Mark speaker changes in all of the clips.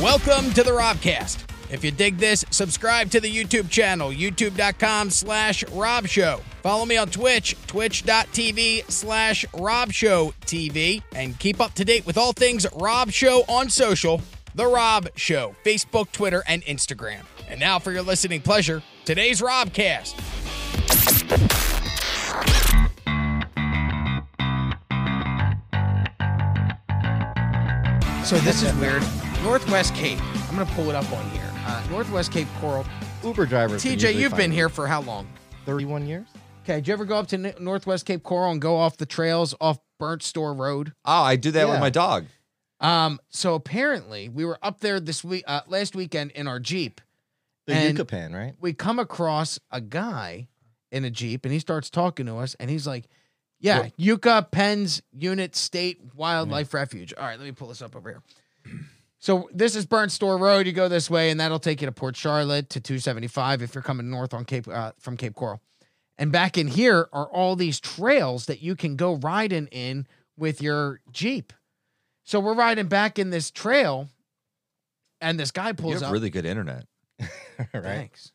Speaker 1: Welcome to the Robcast. If you dig this, subscribe to the YouTube channel, youtube.com slash robshow. Follow me on Twitch, twitch.tv slash robshowtv. And keep up to date with all things Rob Show on social, The Rob Show, Facebook, Twitter, and Instagram. And now for your listening pleasure, today's Robcast.
Speaker 2: So this is weird. Northwest Cape. I'm gonna pull it up on here. Uh, Northwest Cape Coral.
Speaker 3: Uber drivers.
Speaker 1: TJ,
Speaker 3: can usually
Speaker 1: you've
Speaker 3: find
Speaker 1: been
Speaker 3: it.
Speaker 1: here for how long?
Speaker 3: 31 years.
Speaker 2: Okay, did you ever go up to N- Northwest Cape Coral and go off the trails off Burnt Store Road?
Speaker 4: Oh, I do that with
Speaker 3: Yeah.
Speaker 4: my dog.
Speaker 2: Um, so apparently we were up there this week uh, last weekend in our Jeep.
Speaker 3: The
Speaker 2: And-
Speaker 3: Yucatan, right?
Speaker 2: We come across a guy in a Jeep and he starts talking to us and he's like, Yeah, Yucca Penn's Unit State Wildlife Refuge. All right, let me pull this up over here. So this is Burnt Store Road. You go this way, and that'll take you to Port Charlotte to 275 if you're coming north on Cape uh, from Cape Coral. And back in here are all these trails that you can go riding in with your Jeep. So we're riding back in this trail, and this guy
Speaker 4: You
Speaker 2: pulls
Speaker 4: have
Speaker 2: up.
Speaker 4: really good internet.
Speaker 3: right.
Speaker 2: Thanks.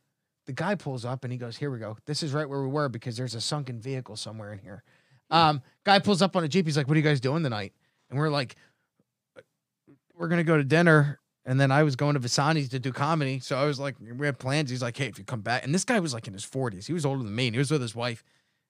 Speaker 2: The guy pulls up and he goes, Here we go. This is right where we were because there's a sunken vehicle somewhere in here. Um, guy pulls up on a Jeep. He's like, What are you guys doing tonight? And we're like, We're going to go to dinner. And then I was going to Visani's to do comedy. So I was like, We have plans. He's like, Hey, if you come back. And this guy was like in his 40s. He was older than me and he was with his wife.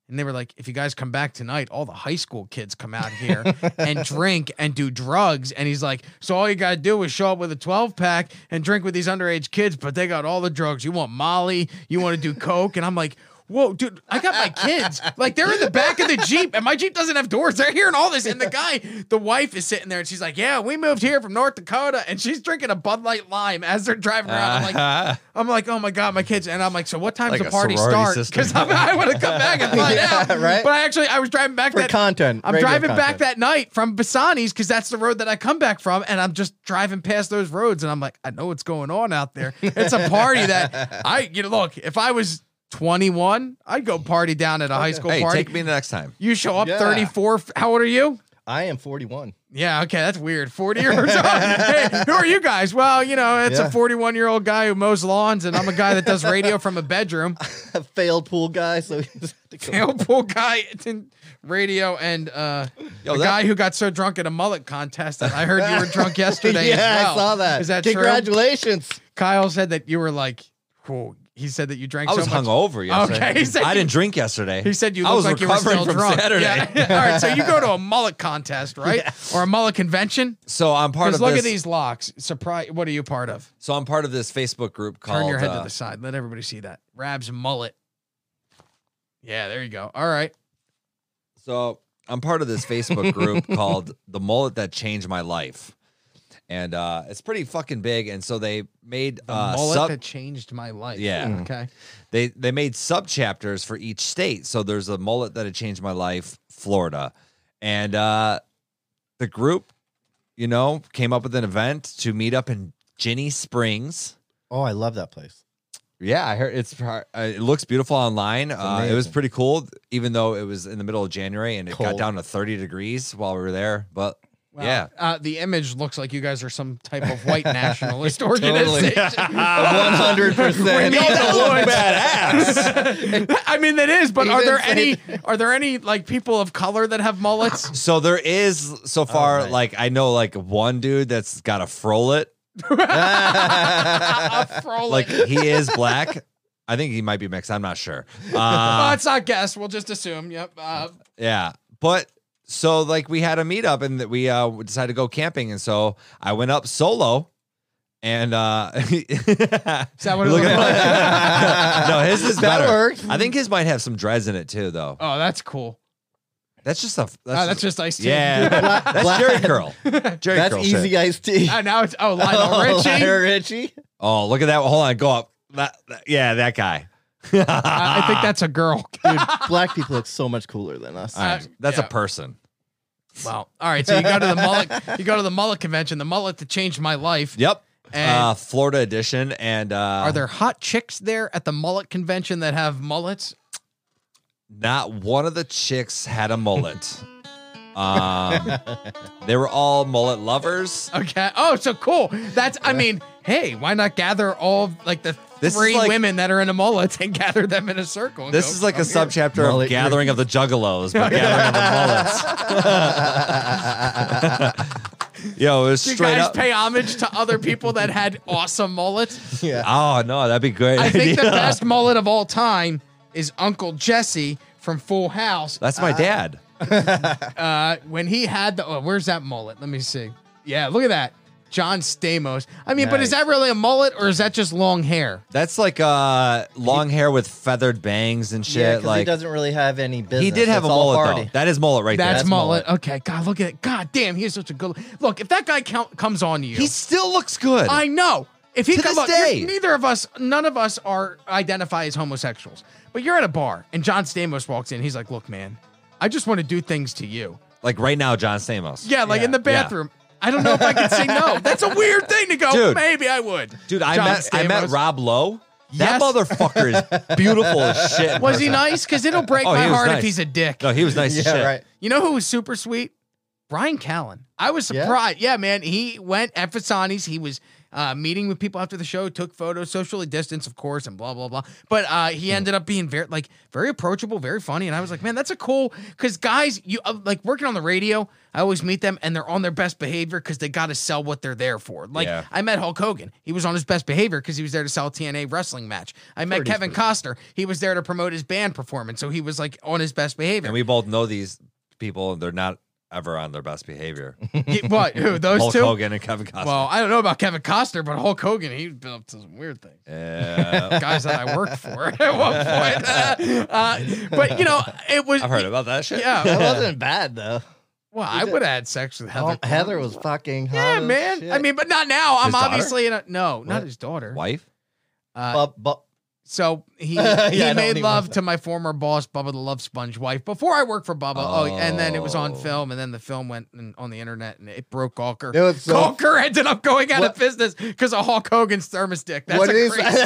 Speaker 2: And they were like, If you guys come back tonight, all the high school kids come out here and drink and do drugs. And he's like, so all you gotta do is show up with a 12 pack and drink with these underage kids, but they got all the drugs. You want Molly, you want to do coke, and I'm like. Whoa, dude, I got my kids. Like, they're in the back of the Jeep, and my Jeep doesn't have doors. They're hearing all this. And the guy, the wife is sitting there, and she's like, Yeah, we moved here from North Dakota. And she's drinking a Bud Light Lime as they're driving around. I'm like, I'm like, oh my god, my kids, and I'm like, so what time's
Speaker 4: Like
Speaker 2: the
Speaker 4: a
Speaker 2: party
Speaker 4: sorority
Speaker 2: start?
Speaker 4: system.
Speaker 2: Because I want to come back and find
Speaker 3: Yeah,
Speaker 2: out,
Speaker 3: right?
Speaker 2: But I actually, I was driving back
Speaker 3: For
Speaker 2: that
Speaker 3: content,
Speaker 2: I'm
Speaker 3: radio
Speaker 2: driving back
Speaker 3: content.
Speaker 2: that night from Bassani's because that's the road that I come back from, and I'm just driving past those roads, and I'm like, I know what's going on out there. It's a party that I, you know, look, if I was 21, I'd go party down at a high school
Speaker 4: hey,
Speaker 2: party.
Speaker 4: take me the next time.
Speaker 2: you show up
Speaker 3: Yeah.
Speaker 2: 34. f- How old are you?
Speaker 3: I am 41.
Speaker 2: Yeah, okay, that's weird. 40 years old. hey, who are you guys? Well, you know, it's
Speaker 3: Yeah.
Speaker 2: a 41 year old guy who mows lawns, and I'm a guy that does radio from a bedroom.
Speaker 3: A failed pool guy, so we just had to go.
Speaker 2: Tail pool guy in radio, and uh,
Speaker 4: Yo,
Speaker 2: a
Speaker 4: that-
Speaker 2: guy who got so drunk at a mullet contest that I heard you were drunk yesterday.
Speaker 3: yeah,
Speaker 2: as well.
Speaker 3: I saw that.
Speaker 2: Is that true?
Speaker 3: Congratulations.
Speaker 2: Kyle said that you were like, cool. He said that you drank
Speaker 4: I was
Speaker 2: so much.
Speaker 4: hungover yesterday.
Speaker 2: Okay, he said
Speaker 4: I
Speaker 2: you-
Speaker 4: didn't drink yesterday.
Speaker 2: He said you
Speaker 4: I
Speaker 2: look
Speaker 4: was
Speaker 2: like you were
Speaker 4: recovering
Speaker 2: still
Speaker 4: from
Speaker 2: drunk.
Speaker 4: Saturday.
Speaker 2: Yeah. All right, so you go to a mullet contest, right? Or a mullet convention?
Speaker 4: So I'm part
Speaker 2: Because
Speaker 4: of
Speaker 2: look
Speaker 4: this.
Speaker 2: at these locks. Surprise! What are you part of?
Speaker 4: So I'm part of this Facebook group called.
Speaker 2: Turn your head
Speaker 4: uh,
Speaker 2: to the side. Let everybody see that. Rab's mullet. Yeah, there you go. All right.
Speaker 4: So I'm part of this Facebook group called The Mullet That Changed My Life. And uh, it's pretty fucking big. And so they made
Speaker 2: The
Speaker 4: uh,
Speaker 2: mullet
Speaker 4: sub-
Speaker 2: that changed my life.
Speaker 4: Yeah. Mm-hmm.
Speaker 2: Okay.
Speaker 4: they they made sub chapters for each state. So there's a mullet that had changed my life, Florida, and uh, the group, you know, came up with an event to meet up in Ginny Springs.
Speaker 3: Oh, I love that place.
Speaker 4: Yeah, I heard it's pro- uh, it looks beautiful online. Uh, it was
Speaker 3: amazing.
Speaker 4: pretty cool, even though it was in the middle of January and it got
Speaker 3: Cold.
Speaker 4: down to 30 degrees while we were there. But
Speaker 2: Wow.
Speaker 4: yeah,
Speaker 2: Uh, the image looks like you guys are some type of white nationalist organization. Ah. We need
Speaker 3: 100%.
Speaker 2: the woods.
Speaker 4: badass.
Speaker 2: I mean, that is. But are
Speaker 3: Even
Speaker 2: there
Speaker 3: say
Speaker 2: any? Are there any like people of color that have mullets?
Speaker 4: So there is
Speaker 3: Oh,
Speaker 4: so far
Speaker 3: right.
Speaker 4: like I know like one dude that's got a frolet
Speaker 2: A frolic.
Speaker 4: like he is black. I think he might be mixed. I'm not sure.
Speaker 2: oh,
Speaker 4: Uh,
Speaker 2: it's not guess. We'll just assume. Yep. Uh,
Speaker 4: yeah, but so like we had a meetup and that we uh, decided to go camping, and so I went up solo. And uh, is
Speaker 2: that what it looked
Speaker 3: like?
Speaker 4: no, his is
Speaker 3: That
Speaker 4: better.
Speaker 3: worked.
Speaker 4: I think his might have some dreads in it too, though.
Speaker 2: oh, that's cool.
Speaker 4: That's just a. That's,
Speaker 2: Oh, that's just iced tea.
Speaker 4: yeah. that's Jerry curl. Jerry
Speaker 3: That's
Speaker 4: curl. shit.
Speaker 3: easy iced tea.
Speaker 2: Oh, now it's oh Lionel Richie.
Speaker 3: Lionel Richie.
Speaker 4: Oh, look at that! Hold on, go up. That, that- yeah, that guy.
Speaker 2: I, I think that's a girl.
Speaker 3: Dude, black people look so much cooler than us.
Speaker 4: All right,
Speaker 2: Uh,
Speaker 4: that's
Speaker 2: yeah.
Speaker 4: a person.
Speaker 2: Wow. All right. So you go to the mullet. You go to the mullet convention. The mullet that changed my life.
Speaker 4: Yep.
Speaker 2: And-
Speaker 4: uh, Florida edition. And uh,
Speaker 2: Are there hot chicks there at the mullet convention that have mullets?
Speaker 4: not one of the chicks had a mullet? Um, they were all mullet lovers.
Speaker 2: Okay. Oh, so cool. That's. I mean, hey, why not gather all of, like the
Speaker 4: This is
Speaker 2: three
Speaker 4: like-
Speaker 2: women that are in a mullet and gather them in a circle? and
Speaker 4: This
Speaker 2: go,
Speaker 4: is like a
Speaker 2: "Come here."
Speaker 4: subchapter
Speaker 3: Mullet
Speaker 4: of Gathering of the Juggalos, but Gathering of the Mullets. Yo, it was
Speaker 2: Do you
Speaker 4: straight
Speaker 2: guys
Speaker 4: up.
Speaker 2: pay homage to other people that had awesome mullets?
Speaker 3: Yeah.
Speaker 4: oh no, that'd be great.
Speaker 2: I think the
Speaker 4: idea.
Speaker 2: best mullet of all time is Uncle Jesse from Full House.
Speaker 4: That's my dad.
Speaker 2: Uh, when he had the, oh, where's that mullet? Let me see. Yeah, look at that. John Stamos. I mean, but is
Speaker 4: Nice.
Speaker 2: that really a mullet or is that just long hair?
Speaker 4: That's like uh, long hair with feathered bangs and
Speaker 3: Yeah,
Speaker 4: shit.
Speaker 3: 'cause he
Speaker 4: like
Speaker 3: doesn't really have any business.
Speaker 4: he did have a
Speaker 3: It's all
Speaker 4: mullet
Speaker 3: party.
Speaker 4: though. That is mullet right
Speaker 2: That's,
Speaker 4: there.
Speaker 2: mullet. Okay, God, look at it. God damn, he's such a good look. If that guy count, comes on you,
Speaker 4: He still looks good.
Speaker 2: I know. If he
Speaker 4: To
Speaker 2: comes up,
Speaker 4: this
Speaker 2: you're-
Speaker 4: day.
Speaker 2: neither of us, none of us are identify as homosexuals. But you're at a bar and John Stamos walks in. He's like, "Look, man, I just want to do things to you."
Speaker 4: like right now, John Stamos.
Speaker 2: Yeah, like
Speaker 3: Yeah.
Speaker 2: in the bathroom. I don't know if I can say no. That's a weird thing to go.
Speaker 4: Dude.
Speaker 2: Maybe I would.
Speaker 4: Dude, I
Speaker 2: John
Speaker 4: met I met
Speaker 2: Stamos.
Speaker 4: Rob Lowe. That
Speaker 2: Yes.
Speaker 4: motherfucker is beautiful as shit. in
Speaker 2: Was he
Speaker 4: person.
Speaker 2: nice? Because it'll break
Speaker 4: Oh,
Speaker 2: my
Speaker 4: he was
Speaker 2: heart if
Speaker 4: nice.
Speaker 2: he's a dick.
Speaker 4: No, he was nice as
Speaker 3: Yeah,
Speaker 4: shit.
Speaker 3: right.
Speaker 2: You know who was super sweet? Brian Callen. I was
Speaker 3: Yeah?
Speaker 2: surprised. Yeah, man. He went at Fasani's. He was uh, meeting with people after the show, took photos, socially distanced, of course, and blah blah blah. But uh, he ended up being very like very approachable, very funny, and I was like, man, that's a cool because guys, you uh, like working on the radio. I always meet them and they're on their best behavior because they got to sell what they're there for. Like
Speaker 4: Yeah.
Speaker 2: I met Hulk Hogan. He was on his best behavior because he was there to sell a TNA wrestling match. I met Kevin Costner. He was there to promote his band performance, so he was like on his best behavior.
Speaker 4: And we both know these people, and they're not ever on their best behavior.
Speaker 2: Yeah, what? Who? Those
Speaker 4: Hulk
Speaker 2: two?
Speaker 4: Hogan and Kevin Costner.
Speaker 2: Well, I don't know about Kevin Costner, but Hulk Hogan, he's been up to some weird things.
Speaker 4: yeah,
Speaker 2: Guys that I worked for at one point. Uh, but, you know, it was.
Speaker 4: I've heard about that shit.
Speaker 2: Yeah.
Speaker 3: That wasn't bad though.
Speaker 2: Well, I would have had sex with Heather.
Speaker 3: Heather,
Speaker 2: Clark.
Speaker 3: Oh, Heather was fucking.
Speaker 2: Yeah,
Speaker 3: hot as
Speaker 2: man.
Speaker 3: shit.
Speaker 2: I mean, but not now. I'm
Speaker 4: His daughter?
Speaker 2: obviously in a. No, not
Speaker 3: What?
Speaker 2: his daughter.
Speaker 4: wife.
Speaker 2: Uh,
Speaker 3: Bu- bu-
Speaker 2: so he,
Speaker 3: Yeah, I
Speaker 2: he
Speaker 3: don't
Speaker 2: made
Speaker 3: even
Speaker 2: love
Speaker 3: know.
Speaker 2: to my former boss, Bubba the Love Sponge wife, before I worked for Bubba. Oh, and then it was on
Speaker 4: Oh.
Speaker 2: film, and then the film went in, on the internet and it broke Gawker.
Speaker 3: it was uh, so.
Speaker 2: Conker ended up going out of
Speaker 3: What-
Speaker 2: business because of Hulk Hogan's thermos dick. That's
Speaker 3: what
Speaker 2: a
Speaker 3: it is?
Speaker 2: crazy.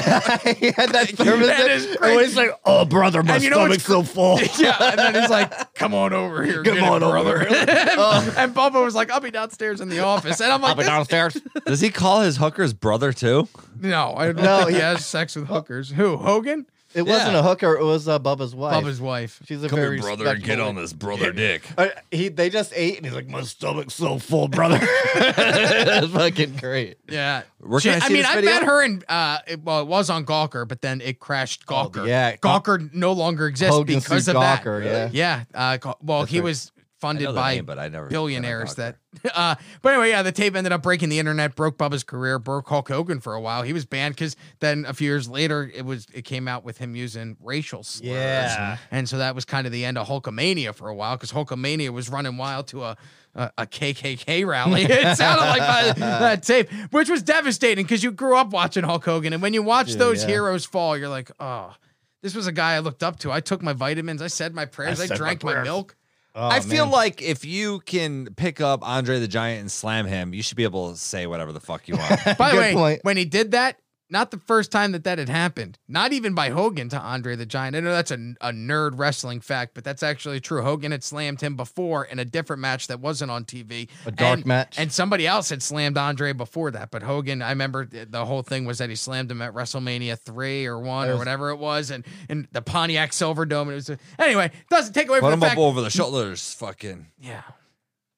Speaker 3: he had that thermos
Speaker 2: That
Speaker 3: in-
Speaker 2: is
Speaker 3: and
Speaker 2: crazy.
Speaker 3: when he's like, "Oh, brother, my
Speaker 2: And you know what's
Speaker 3: stomach's so full."
Speaker 2: yeah, and then he's like, "Come on over here,
Speaker 3: Come
Speaker 2: get it,
Speaker 3: on over
Speaker 2: brother."
Speaker 3: here.
Speaker 2: and Bubba was like, "I'll be downstairs in the office," and I'm like, this-
Speaker 3: downstairs.
Speaker 4: Does he call his hookers brother too?
Speaker 2: "No, I don't
Speaker 3: No,
Speaker 2: think he
Speaker 3: he-
Speaker 2: has sex with hookers. Who? Hogan?
Speaker 3: It wasn't a hooker. It was uh, Bubba's wife.
Speaker 2: Bubba's wife?
Speaker 3: She's a very respectable
Speaker 4: this brother dick.
Speaker 3: Uh, he they just ate and he's like, my stomach's so full, brother. It's fucking great.
Speaker 2: Yeah."
Speaker 4: Where
Speaker 2: She-
Speaker 4: can I see
Speaker 2: mean,
Speaker 4: this
Speaker 2: I
Speaker 4: video?
Speaker 2: met her in. Uh, it, well, it was on Gawker, but then it crashed Gawker.
Speaker 3: Oh, yeah.
Speaker 2: Gawker no longer exists
Speaker 3: Hogan
Speaker 2: because
Speaker 3: sued
Speaker 2: of that.
Speaker 3: Gawker, yeah.
Speaker 2: yeah. Uh, Gaw- well,
Speaker 3: That's
Speaker 2: he
Speaker 3: right.
Speaker 2: was
Speaker 4: I know
Speaker 2: funded
Speaker 4: the
Speaker 2: by
Speaker 4: name, but I never
Speaker 2: billionaires
Speaker 4: been on
Speaker 2: that uh but anyway yeah the tape ended up breaking the internet broke bubba's career broke hulk hogan for a while he was banned because then a few years later it was it came out with him using racial slurs
Speaker 3: Yeah.
Speaker 2: and so that was kind of the end of hulkamania for a while because hulkamania was running wild to a a, a kkk rally it sounded like by that tape which was devastating because you grew up watching hulk hogan and when you watch
Speaker 3: Dude,
Speaker 2: those
Speaker 3: yeah.
Speaker 2: heroes fall you're like oh this was a guy I looked up to. I took my vitamins. I said my prayers. I,
Speaker 3: said my
Speaker 2: drank my,
Speaker 3: prayers.
Speaker 2: milk.
Speaker 3: Oh,
Speaker 4: I feel
Speaker 3: man.
Speaker 4: like if you can pick up Andre the Giant and slam him, you should be able to say whatever the fuck you want.
Speaker 2: By
Speaker 3: Good
Speaker 2: the way,
Speaker 3: point.
Speaker 2: when he did that, not the first time that that had happened. Not even by Hogan to Andre the Giant. I know that's a, a nerd wrestling fact, but that's actually true. Hogan had slammed him before in a different match that wasn't on TV.
Speaker 3: A dark
Speaker 2: and,
Speaker 3: match.
Speaker 2: And somebody else had slammed Andre before that. But Hogan, I remember th- the whole thing was that he slammed him at WrestleMania 3 or 1
Speaker 3: That
Speaker 2: or
Speaker 3: was-
Speaker 2: whatever it was. And, and the Pontiac Silverdome. It was a, anyway, doesn't take away
Speaker 4: Put
Speaker 2: from
Speaker 4: him
Speaker 2: the fact.
Speaker 4: up over the shoulders, fucking.
Speaker 2: Yeah.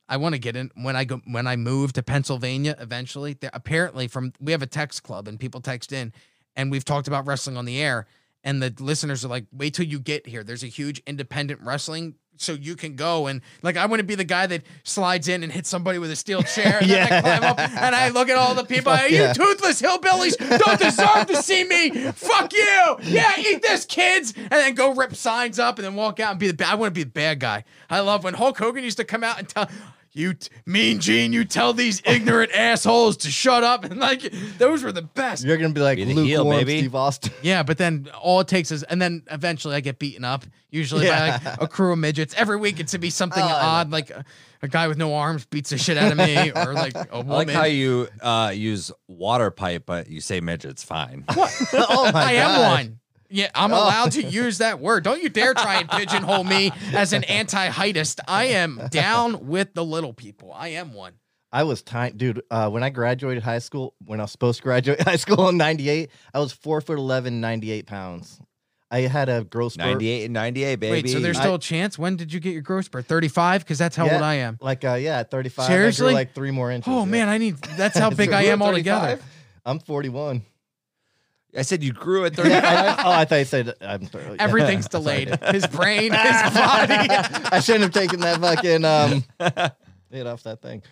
Speaker 2: I want to get in when I go when I move to Pennsylvania eventually. There, apparently, from we have a text club and people text in, and we've talked about wrestling on the air. And the listeners are like, "Wait till you get here. There's a huge independent wrestling, so you can go and like I want to be the guy that slides in and hits somebody with a steel chair. And then I
Speaker 3: Yeah.
Speaker 2: climb up and I look at all the people.
Speaker 3: Fuck
Speaker 2: you
Speaker 3: yeah.
Speaker 2: toothless hillbillies don't deserve to see me. Fuck you. Yeah, eat this, kids. And then go rip signs up and then walk out and be the bad. I want to be the bad guy. I love when Hulk Hogan used to come out and tell you, t- Mean Gene, you tell these ignorant assholes to shut up. And like, those were the best.
Speaker 3: You're gonna be like
Speaker 4: Be the heel,
Speaker 3: lukewarm
Speaker 4: baby.
Speaker 3: Steve Austin.
Speaker 2: Yeah, but then all it takes is, and then eventually I get beaten up, usually by like a crew of midgets. Every week it's to be something
Speaker 3: I
Speaker 2: odd, like a, a guy with no arms beats the shit out of me, or like a woman.
Speaker 4: I like how you uh, use water pipe, but you say midget's fine.
Speaker 3: oh my
Speaker 2: I am
Speaker 3: God. Oh.
Speaker 2: one. Yeah, I'm allowed to use that word. Don't you dare try and pigeonhole me as an anti-heightist. I am down with the little people. I am one.
Speaker 3: I was tiny, dude. Uh, when I graduated high school, when I was supposed to graduate high school in '98, I was four foot 11, 98 pounds. I had a growth spurt,
Speaker 4: 98 and 98, baby.
Speaker 2: Wait, so there's still a chance? When did you get your growth spurt? 35? Because that's how
Speaker 3: Yeah.
Speaker 2: old I am.
Speaker 3: like uh, yeah, at 35. I
Speaker 2: Seriously?
Speaker 3: grew like three more inches.
Speaker 2: Oh
Speaker 3: yeah.
Speaker 2: man, I need. That's how big I am altogether.
Speaker 3: I'm 41.
Speaker 4: I said you grew at 30.
Speaker 3: Yeah, I, oh, I thought you said I'm 30.
Speaker 2: Everything's
Speaker 3: Sorry.
Speaker 2: delayed. His brain, his body.
Speaker 3: I shouldn't have taken that fucking um it off that thing.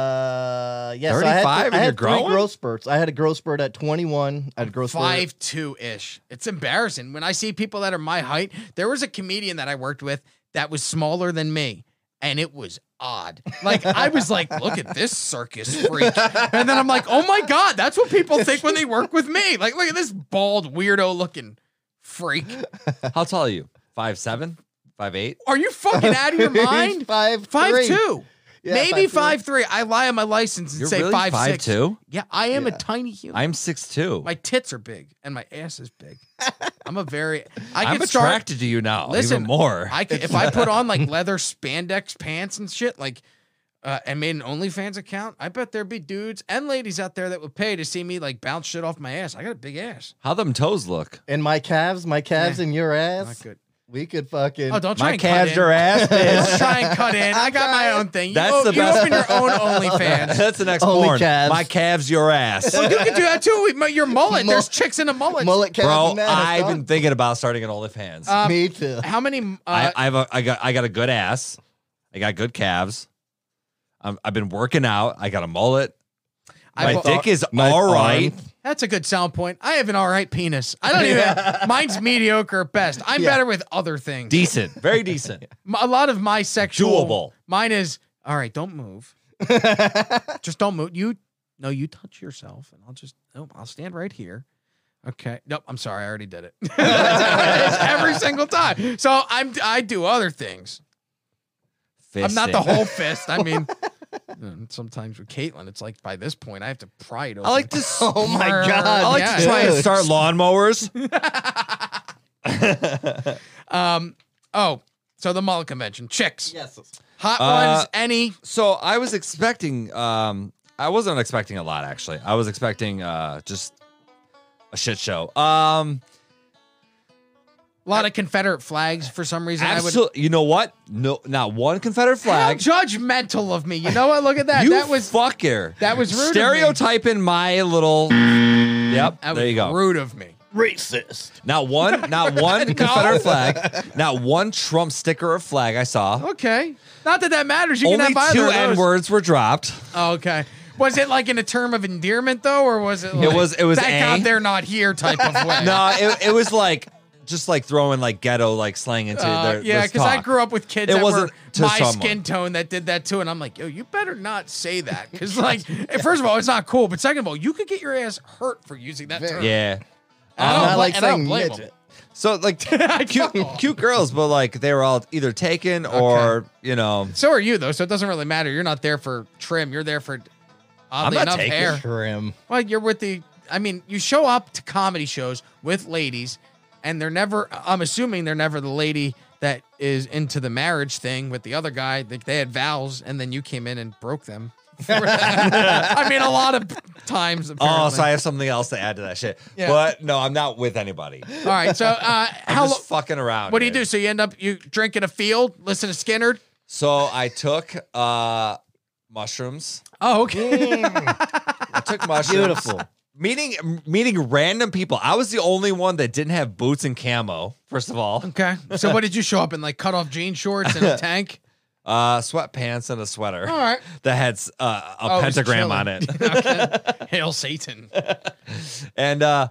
Speaker 3: Uh yes, I had,
Speaker 4: 35 and
Speaker 3: I
Speaker 4: you're
Speaker 3: had three
Speaker 4: growing?
Speaker 3: growth spurts. I had a growth spurt at 21. I had a growth spurt.
Speaker 2: five two ish. It's embarrassing when I see people that are my height. There was a comedian that I worked with that was smaller than me, and it was odd. Like I was like, look at this circus freak, and then I'm like, oh my god, that's what people think when they work with me. Like, look at this bald weirdo looking freak.
Speaker 4: How tall are you? Five seven, five eight.
Speaker 2: Are you fucking out of your mind?
Speaker 3: five
Speaker 2: Five
Speaker 3: three.
Speaker 2: two.
Speaker 3: Yeah,
Speaker 2: Maybe five
Speaker 3: five
Speaker 2: three. I lie on my license and
Speaker 4: You're
Speaker 2: say
Speaker 4: really
Speaker 2: five,
Speaker 4: five
Speaker 2: six.
Speaker 4: two.
Speaker 2: Yeah, I am a
Speaker 3: Yeah.
Speaker 2: tiny human.
Speaker 4: I'm six two.
Speaker 2: My tits are big and my ass is big. I'm a very. I
Speaker 4: I'm
Speaker 2: can
Speaker 4: attracted
Speaker 2: start.
Speaker 4: to you now.
Speaker 2: Listen,
Speaker 4: even more.
Speaker 2: I can, if I put on like leather spandex pants and shit, like, uh, and made an OnlyFans account, I bet there'd be dudes and ladies out there that would pay to see me like bounce shit off my ass. I got a big ass.
Speaker 4: How them toes look?
Speaker 3: And my calves, my calves
Speaker 2: Yeah.
Speaker 3: and your
Speaker 2: Not
Speaker 3: ass.
Speaker 2: good.
Speaker 3: We could fucking
Speaker 2: Oh, don't try
Speaker 4: My
Speaker 2: and
Speaker 4: calves
Speaker 2: cut in.
Speaker 4: are ass,
Speaker 2: Don't
Speaker 4: bitch.
Speaker 2: try and cut in. I got my own thing. You,
Speaker 4: That's
Speaker 2: o-
Speaker 4: the
Speaker 2: you
Speaker 4: best-
Speaker 2: open your own OnlyFans.
Speaker 4: That's the next
Speaker 3: Only
Speaker 4: porn.
Speaker 3: calves.
Speaker 4: My calves, your ass.
Speaker 2: well, you could do that too. with my- Your mullet.
Speaker 3: Mul-
Speaker 2: There's chicks in a mullet.
Speaker 3: mullet calves.
Speaker 4: Bro,
Speaker 3: and that,
Speaker 4: I've
Speaker 3: dog.
Speaker 4: been thinking about starting an OnlyFans.
Speaker 2: Uh,
Speaker 3: Me too.
Speaker 2: How many? Uh,
Speaker 4: I, I have a, I got I got a good ass. I got good calves. i I've been working out. I got a mullet.
Speaker 2: I've-
Speaker 4: my dick is all right.
Speaker 2: That's a good sound point. I have an all right penis. I don't even. Mine's mediocre at best. I'm
Speaker 3: Yeah.
Speaker 2: better with other things.
Speaker 4: Decent. Very decent.
Speaker 2: M- a lot of my sexual.
Speaker 4: Doable.
Speaker 2: Mine is all right. Don't move. just don't move. You no. You touch yourself, and I'll just. No, I'll stand right here. Okay. Nope. I'm sorry. I already did it. That's how it is every single time. So I'm. I do other things. I'm not the
Speaker 4: Fisting.
Speaker 2: whole fist. I mean. mm, Sometimes with Caitlin, it's like by this point I have to pry it open.
Speaker 4: I like to. s-
Speaker 3: Oh my
Speaker 4: I
Speaker 3: god.
Speaker 4: like
Speaker 2: Yeah.
Speaker 4: to try and
Speaker 3: Dude.
Speaker 4: start lawnmowers.
Speaker 2: Um. Oh, so the mullet convention, chicks,
Speaker 3: Yes.
Speaker 2: hot
Speaker 4: Uh,
Speaker 2: ones, any.
Speaker 4: so I was expecting um I wasn't expecting a lot actually. I was expecting uh just a shit show. Um
Speaker 2: A lot of Confederate flags for some reason. I would.
Speaker 4: absolutely you know what? No not one Confederate
Speaker 2: How
Speaker 4: flag.
Speaker 2: judgmental of me. You know what? Look at that.
Speaker 4: you
Speaker 2: that was
Speaker 4: fucker.
Speaker 2: that was rude of me.
Speaker 4: Stereotyping my little
Speaker 2: that
Speaker 4: Yep. there
Speaker 2: was
Speaker 4: you go.
Speaker 2: rude of me.
Speaker 3: Racist.
Speaker 4: Not one not one Confederate flag. Not one Trump sticker or flag I saw.
Speaker 2: Okay. Not that that matters. You
Speaker 4: Only
Speaker 2: can have either
Speaker 4: two
Speaker 2: of those.
Speaker 4: N words were dropped.
Speaker 2: Oh, okay. Was it like in a term of endearment though, or was it? Like,
Speaker 4: was- it was
Speaker 2: Thank
Speaker 4: a-
Speaker 2: God they're not here type of way.
Speaker 4: No, it, it was like just like throwing like ghetto like slang into
Speaker 2: Uh,
Speaker 4: their
Speaker 2: yeah, because
Speaker 4: because
Speaker 2: I grew up with kids
Speaker 4: It
Speaker 2: that
Speaker 4: wasn't
Speaker 2: were
Speaker 4: to
Speaker 2: my
Speaker 4: someone.
Speaker 2: skin tone that did that too, and I'm like, yo, you better not say that because, like, first of all, it's not cool, but second of all, you could get your ass hurt for using that term.
Speaker 4: Yeah.
Speaker 2: And I
Speaker 3: I'm
Speaker 2: don't
Speaker 3: not
Speaker 2: bla-
Speaker 3: like
Speaker 2: and I don't
Speaker 3: saying
Speaker 2: blame 'em.
Speaker 3: midget.
Speaker 4: So like cute,
Speaker 2: know.
Speaker 4: cute girls, but like they were all either taken or you know.
Speaker 2: So are you though, so it doesn't really matter. You're not there for trim. You're there for oddly
Speaker 4: not
Speaker 2: enough
Speaker 4: taking
Speaker 2: hair.
Speaker 3: Trim.
Speaker 2: Well, you're with the. I mean, you show up to comedy shows with ladies, and they're never. I'm assuming they're never the lady that is into the marriage thing with the other guy. Like they had vows, and then you came in and broke them. I mean, a lot of times. Apparently.
Speaker 4: Oh, so I have something else to add to that shit.
Speaker 2: Yeah.
Speaker 4: But no, I'm not with anybody.
Speaker 2: All right. So, uh,
Speaker 4: I'm
Speaker 2: how?
Speaker 4: just fucking around.
Speaker 2: what do you
Speaker 4: dude.
Speaker 2: do? So you end up you drink in a field, listen to Skinner.
Speaker 4: So I took uh mushrooms.
Speaker 2: Oh, okay.
Speaker 4: I took mushrooms. Beautiful. Meeting m- meeting random people. I was the only one that didn't have boots and camo. First of all,
Speaker 2: okay. So what did you show up in? Like cut off jean shorts and a tank.
Speaker 4: uh, sweatpants and a sweater
Speaker 2: All right.
Speaker 4: that had s- uh, a
Speaker 2: Oh, it was
Speaker 4: pentagram
Speaker 2: chilly.
Speaker 4: on it.
Speaker 2: Okay. Hail Satan.
Speaker 4: And uh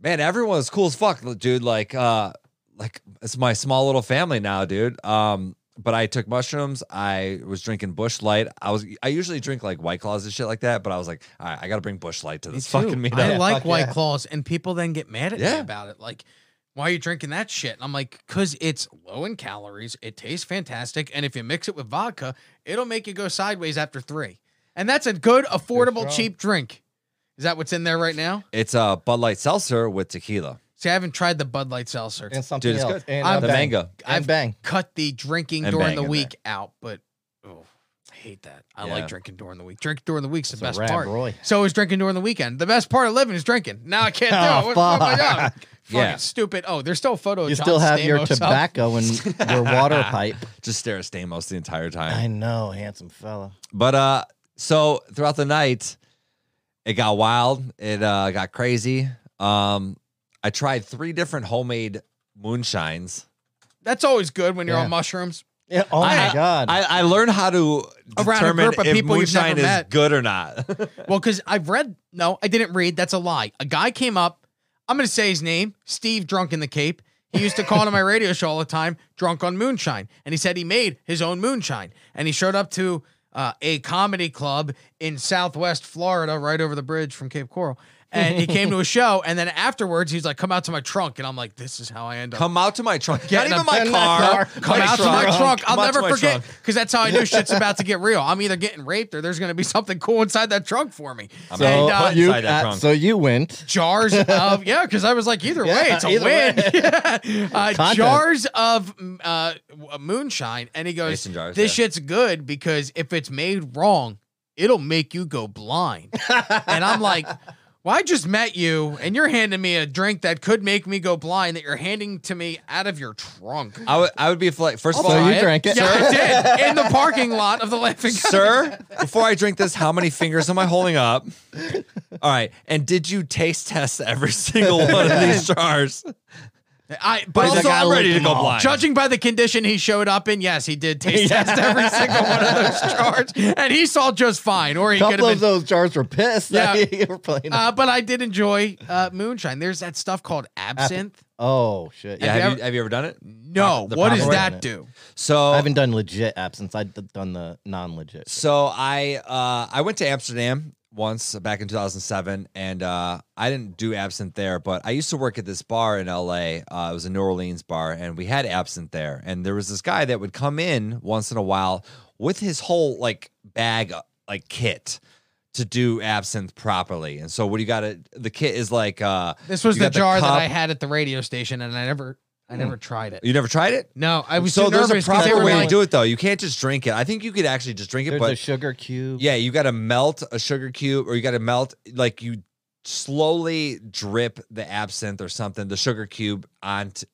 Speaker 4: man, everyone was cool as fuck, dude. Like uh like it's my small little family now, dude. Um but I took mushrooms. I was drinking Bush Light. I was I usually drink like White Claws and shit like that, but I was like, all right, I gotta bring Bush Light to this fucking meetup.
Speaker 2: I like
Speaker 3: Fuck
Speaker 2: White
Speaker 3: yeah.
Speaker 2: Claws, and people then get mad at me
Speaker 4: Yeah.
Speaker 2: about it. Like, why are you drinking that shit? And I'm like, because it's low in calories, it tastes fantastic, and if you mix it with vodka, it'll make you go sideways after three. And that's a good, affordable,
Speaker 3: strong.
Speaker 2: cheap drink. Is that what's in there right now?
Speaker 4: It's a Bud Light seltzer with tequila.
Speaker 2: See, I haven't tried the Bud Light seltzer.
Speaker 3: and something
Speaker 4: it's
Speaker 3: else.
Speaker 4: good.
Speaker 3: And
Speaker 2: I'm
Speaker 3: uh,
Speaker 4: the
Speaker 3: bang.
Speaker 4: mango.
Speaker 3: And
Speaker 2: I've-
Speaker 3: bang.
Speaker 2: Cut the drinking
Speaker 4: And
Speaker 2: during
Speaker 4: bang
Speaker 2: the
Speaker 4: in
Speaker 2: week out, but oh, I hate that. I
Speaker 4: Yeah.
Speaker 2: like drinking during the week. Drink during the week's the
Speaker 3: It's a
Speaker 2: best
Speaker 3: wrap,
Speaker 2: part.
Speaker 3: Roy.
Speaker 2: So is drinking during the weekend. The best part of living is drinking. Now I can't do
Speaker 3: Oh,
Speaker 2: it. What the fuck am I doing?
Speaker 3: fuck.
Speaker 2: Fucking
Speaker 4: Yeah.
Speaker 2: stupid. Oh, there's still a photo. Of
Speaker 3: You
Speaker 2: John
Speaker 3: still have your
Speaker 2: Stamos up.
Speaker 3: tobacco and your water pipe.
Speaker 4: Just stare at Stamos the entire time.
Speaker 3: I know, handsome fella.
Speaker 4: But uh so throughout the night it got wild, it uh got crazy. Um I tried three different homemade moonshines.
Speaker 2: That's always good when you're
Speaker 3: Yeah.
Speaker 2: on mushrooms.
Speaker 3: Yeah, oh my god.
Speaker 4: I, I learned how to
Speaker 2: Around a
Speaker 4: determine
Speaker 2: group of
Speaker 4: if
Speaker 2: people you've never
Speaker 4: moonshine is
Speaker 2: met.
Speaker 4: good or not.
Speaker 2: Well, because I've read. No, I didn't read. That's a lie. A guy came up. I'm going to say his name, Steve Drunk in the Cape. He used to call on my radio show all the time, Drunk on Moonshine. And he said he made his own moonshine. And he showed up to uh, a comedy club in Southwest Florida, right over the bridge from Cape Coral. And he came to a show. And then afterwards, he's like, come out to my trunk. And I'm like, this is how I end up.
Speaker 4: Come out to my trunk. Get
Speaker 2: in
Speaker 4: not
Speaker 2: a-
Speaker 4: even my
Speaker 3: in my
Speaker 4: car.
Speaker 3: car.
Speaker 2: Come
Speaker 4: my
Speaker 2: out to my trunk. I'll
Speaker 4: Come out to
Speaker 2: never
Speaker 4: my
Speaker 2: forget
Speaker 4: trunk.
Speaker 2: because that's how I knew shit's about to get real. I'm either getting raped or there's going to be something cool inside that trunk for me.
Speaker 4: I'm
Speaker 3: so,
Speaker 2: and, uh,
Speaker 4: putting
Speaker 3: you,
Speaker 4: inside that
Speaker 3: uh,
Speaker 4: trunk.
Speaker 3: so you went.
Speaker 2: jars of yeah because i was like either way
Speaker 3: Yeah,
Speaker 2: it's a
Speaker 3: either
Speaker 2: win
Speaker 3: way.
Speaker 2: Yeah. uh,
Speaker 3: Content.
Speaker 2: jars of mm, uh, w- moonshine and he goes
Speaker 4: Mason jars,
Speaker 2: this shit's good because if it's made wrong it'll make you go blind and i'm like well i just met you and you're handing me a drink that could make me go blind that you're handing to me out of your trunk
Speaker 4: I would I would be like
Speaker 2: Oh,
Speaker 4: first of
Speaker 3: So
Speaker 4: all
Speaker 3: you drank it.
Speaker 2: yeah i did in the parking lot of the laughing
Speaker 4: Sir, before I drink this, how many fingers am I holding up? All right. And did you taste test every single one of these jars?
Speaker 2: i but
Speaker 4: But also,
Speaker 2: also,
Speaker 4: I'm ready to go blind.
Speaker 2: Judging by the condition he showed up in, yes, he did taste test every single one of those jars, and he saw just fine. Or he
Speaker 3: A
Speaker 2: could
Speaker 3: couple
Speaker 2: have
Speaker 3: of
Speaker 2: been.
Speaker 3: those jars were pissed. that
Speaker 2: Yeah.
Speaker 3: you were playing.
Speaker 2: Uh, but I did enjoy uh, moonshine. There's that stuff called absinthe.
Speaker 3: oh shit.
Speaker 4: Yeah,
Speaker 3: Yeah.
Speaker 2: you
Speaker 4: have,
Speaker 2: ever-
Speaker 4: you, have you ever done it?
Speaker 2: No,
Speaker 4: The
Speaker 2: what
Speaker 4: proper
Speaker 2: does
Speaker 4: way.
Speaker 2: that do?
Speaker 4: So
Speaker 3: I haven't done legit apps since I've done the non-legit.
Speaker 4: So I uh, I went to Amsterdam once back in 2007, and uh, I didn't do absinthe there, but I used to work at this bar in LA. Uh, it was a New Orleans bar, and we had absinthe there. And there was this guy that would come in once in a while with his whole like bag uh, like kit. To do absinthe properly, and so what you got to the kit is like uh
Speaker 2: This was
Speaker 4: you
Speaker 2: the
Speaker 4: got
Speaker 2: jar that
Speaker 4: cup.
Speaker 2: I had at the radio station, and I never, I never tried it.
Speaker 4: You never tried it?
Speaker 2: No, I was
Speaker 4: so
Speaker 2: too
Speaker 4: there's a
Speaker 2: nervous 'cause they
Speaker 4: proper
Speaker 2: were
Speaker 4: way
Speaker 2: like-
Speaker 4: to do it though. You can't just drink it. I think you could actually just drink it,
Speaker 3: There's
Speaker 4: but
Speaker 3: a sugar cube.
Speaker 4: Yeah, you got to melt a sugar cube, or you got to melt like you slowly drip the absinthe or something, the sugar cube onto.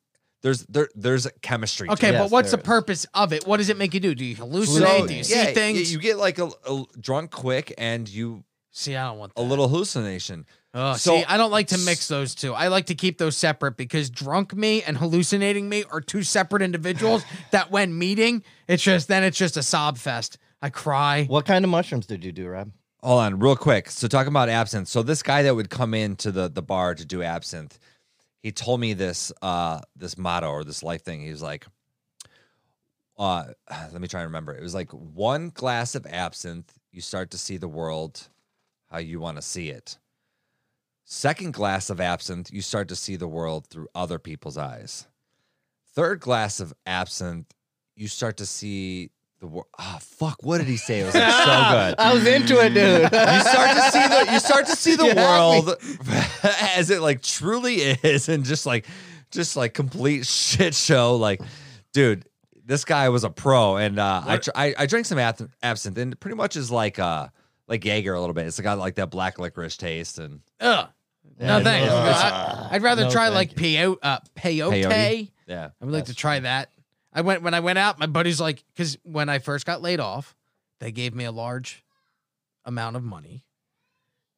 Speaker 4: There's there there's chemistry. to
Speaker 2: Okay,
Speaker 4: it.
Speaker 2: but
Speaker 3: Yes,
Speaker 2: what's the
Speaker 3: there is.
Speaker 2: purpose of it? What does it make you do? Do you
Speaker 4: So,
Speaker 2: hallucinate? do you see
Speaker 4: yeah,
Speaker 2: things?
Speaker 4: y- You get like a, a drunk quick, and you
Speaker 2: see, I don't want
Speaker 4: a
Speaker 2: that.
Speaker 4: little hallucination.
Speaker 2: Oh,
Speaker 4: So-
Speaker 2: see, I don't like to mix those two. I like to keep those separate because drunk me and hallucinating me are two separate individuals that when meeting, it's just then it's just a sob fest. I cry.
Speaker 3: What kind of mushrooms did you do, Rob?
Speaker 4: Hold on, real quick. So talking about absinthe. So this guy that would come into the the bar to do absinthe, he told me this uh this motto or this life thing. He was like, uh, let me try and remember. It was like one glass of absinthe, you start to see the world how you want to see it. Second glass of absinthe, you start to see the world through other people's eyes. Third glass of absinthe, you start to see the world. Ah, fuck! What did he say? It was like so good
Speaker 3: I was into it, dude.
Speaker 4: you start to see the you start to see the
Speaker 3: You had me.
Speaker 4: world as it like truly is and just like just like complete shit show like dude this guy was a pro and uh I, tr- I i drank some abs- absinthe and it pretty much is like uh like Jaeger a little bit. It's got like that black licorice taste and
Speaker 2: Ugh. no thanks.
Speaker 3: no,
Speaker 2: I, would rather
Speaker 3: no,
Speaker 2: try
Speaker 3: thank
Speaker 2: like peyote. Uh, peyote.
Speaker 4: Peyote? yeah.
Speaker 2: I would like to try that. I went when I went out. My buddy's like, because when I first got laid off, they gave me a large amount of money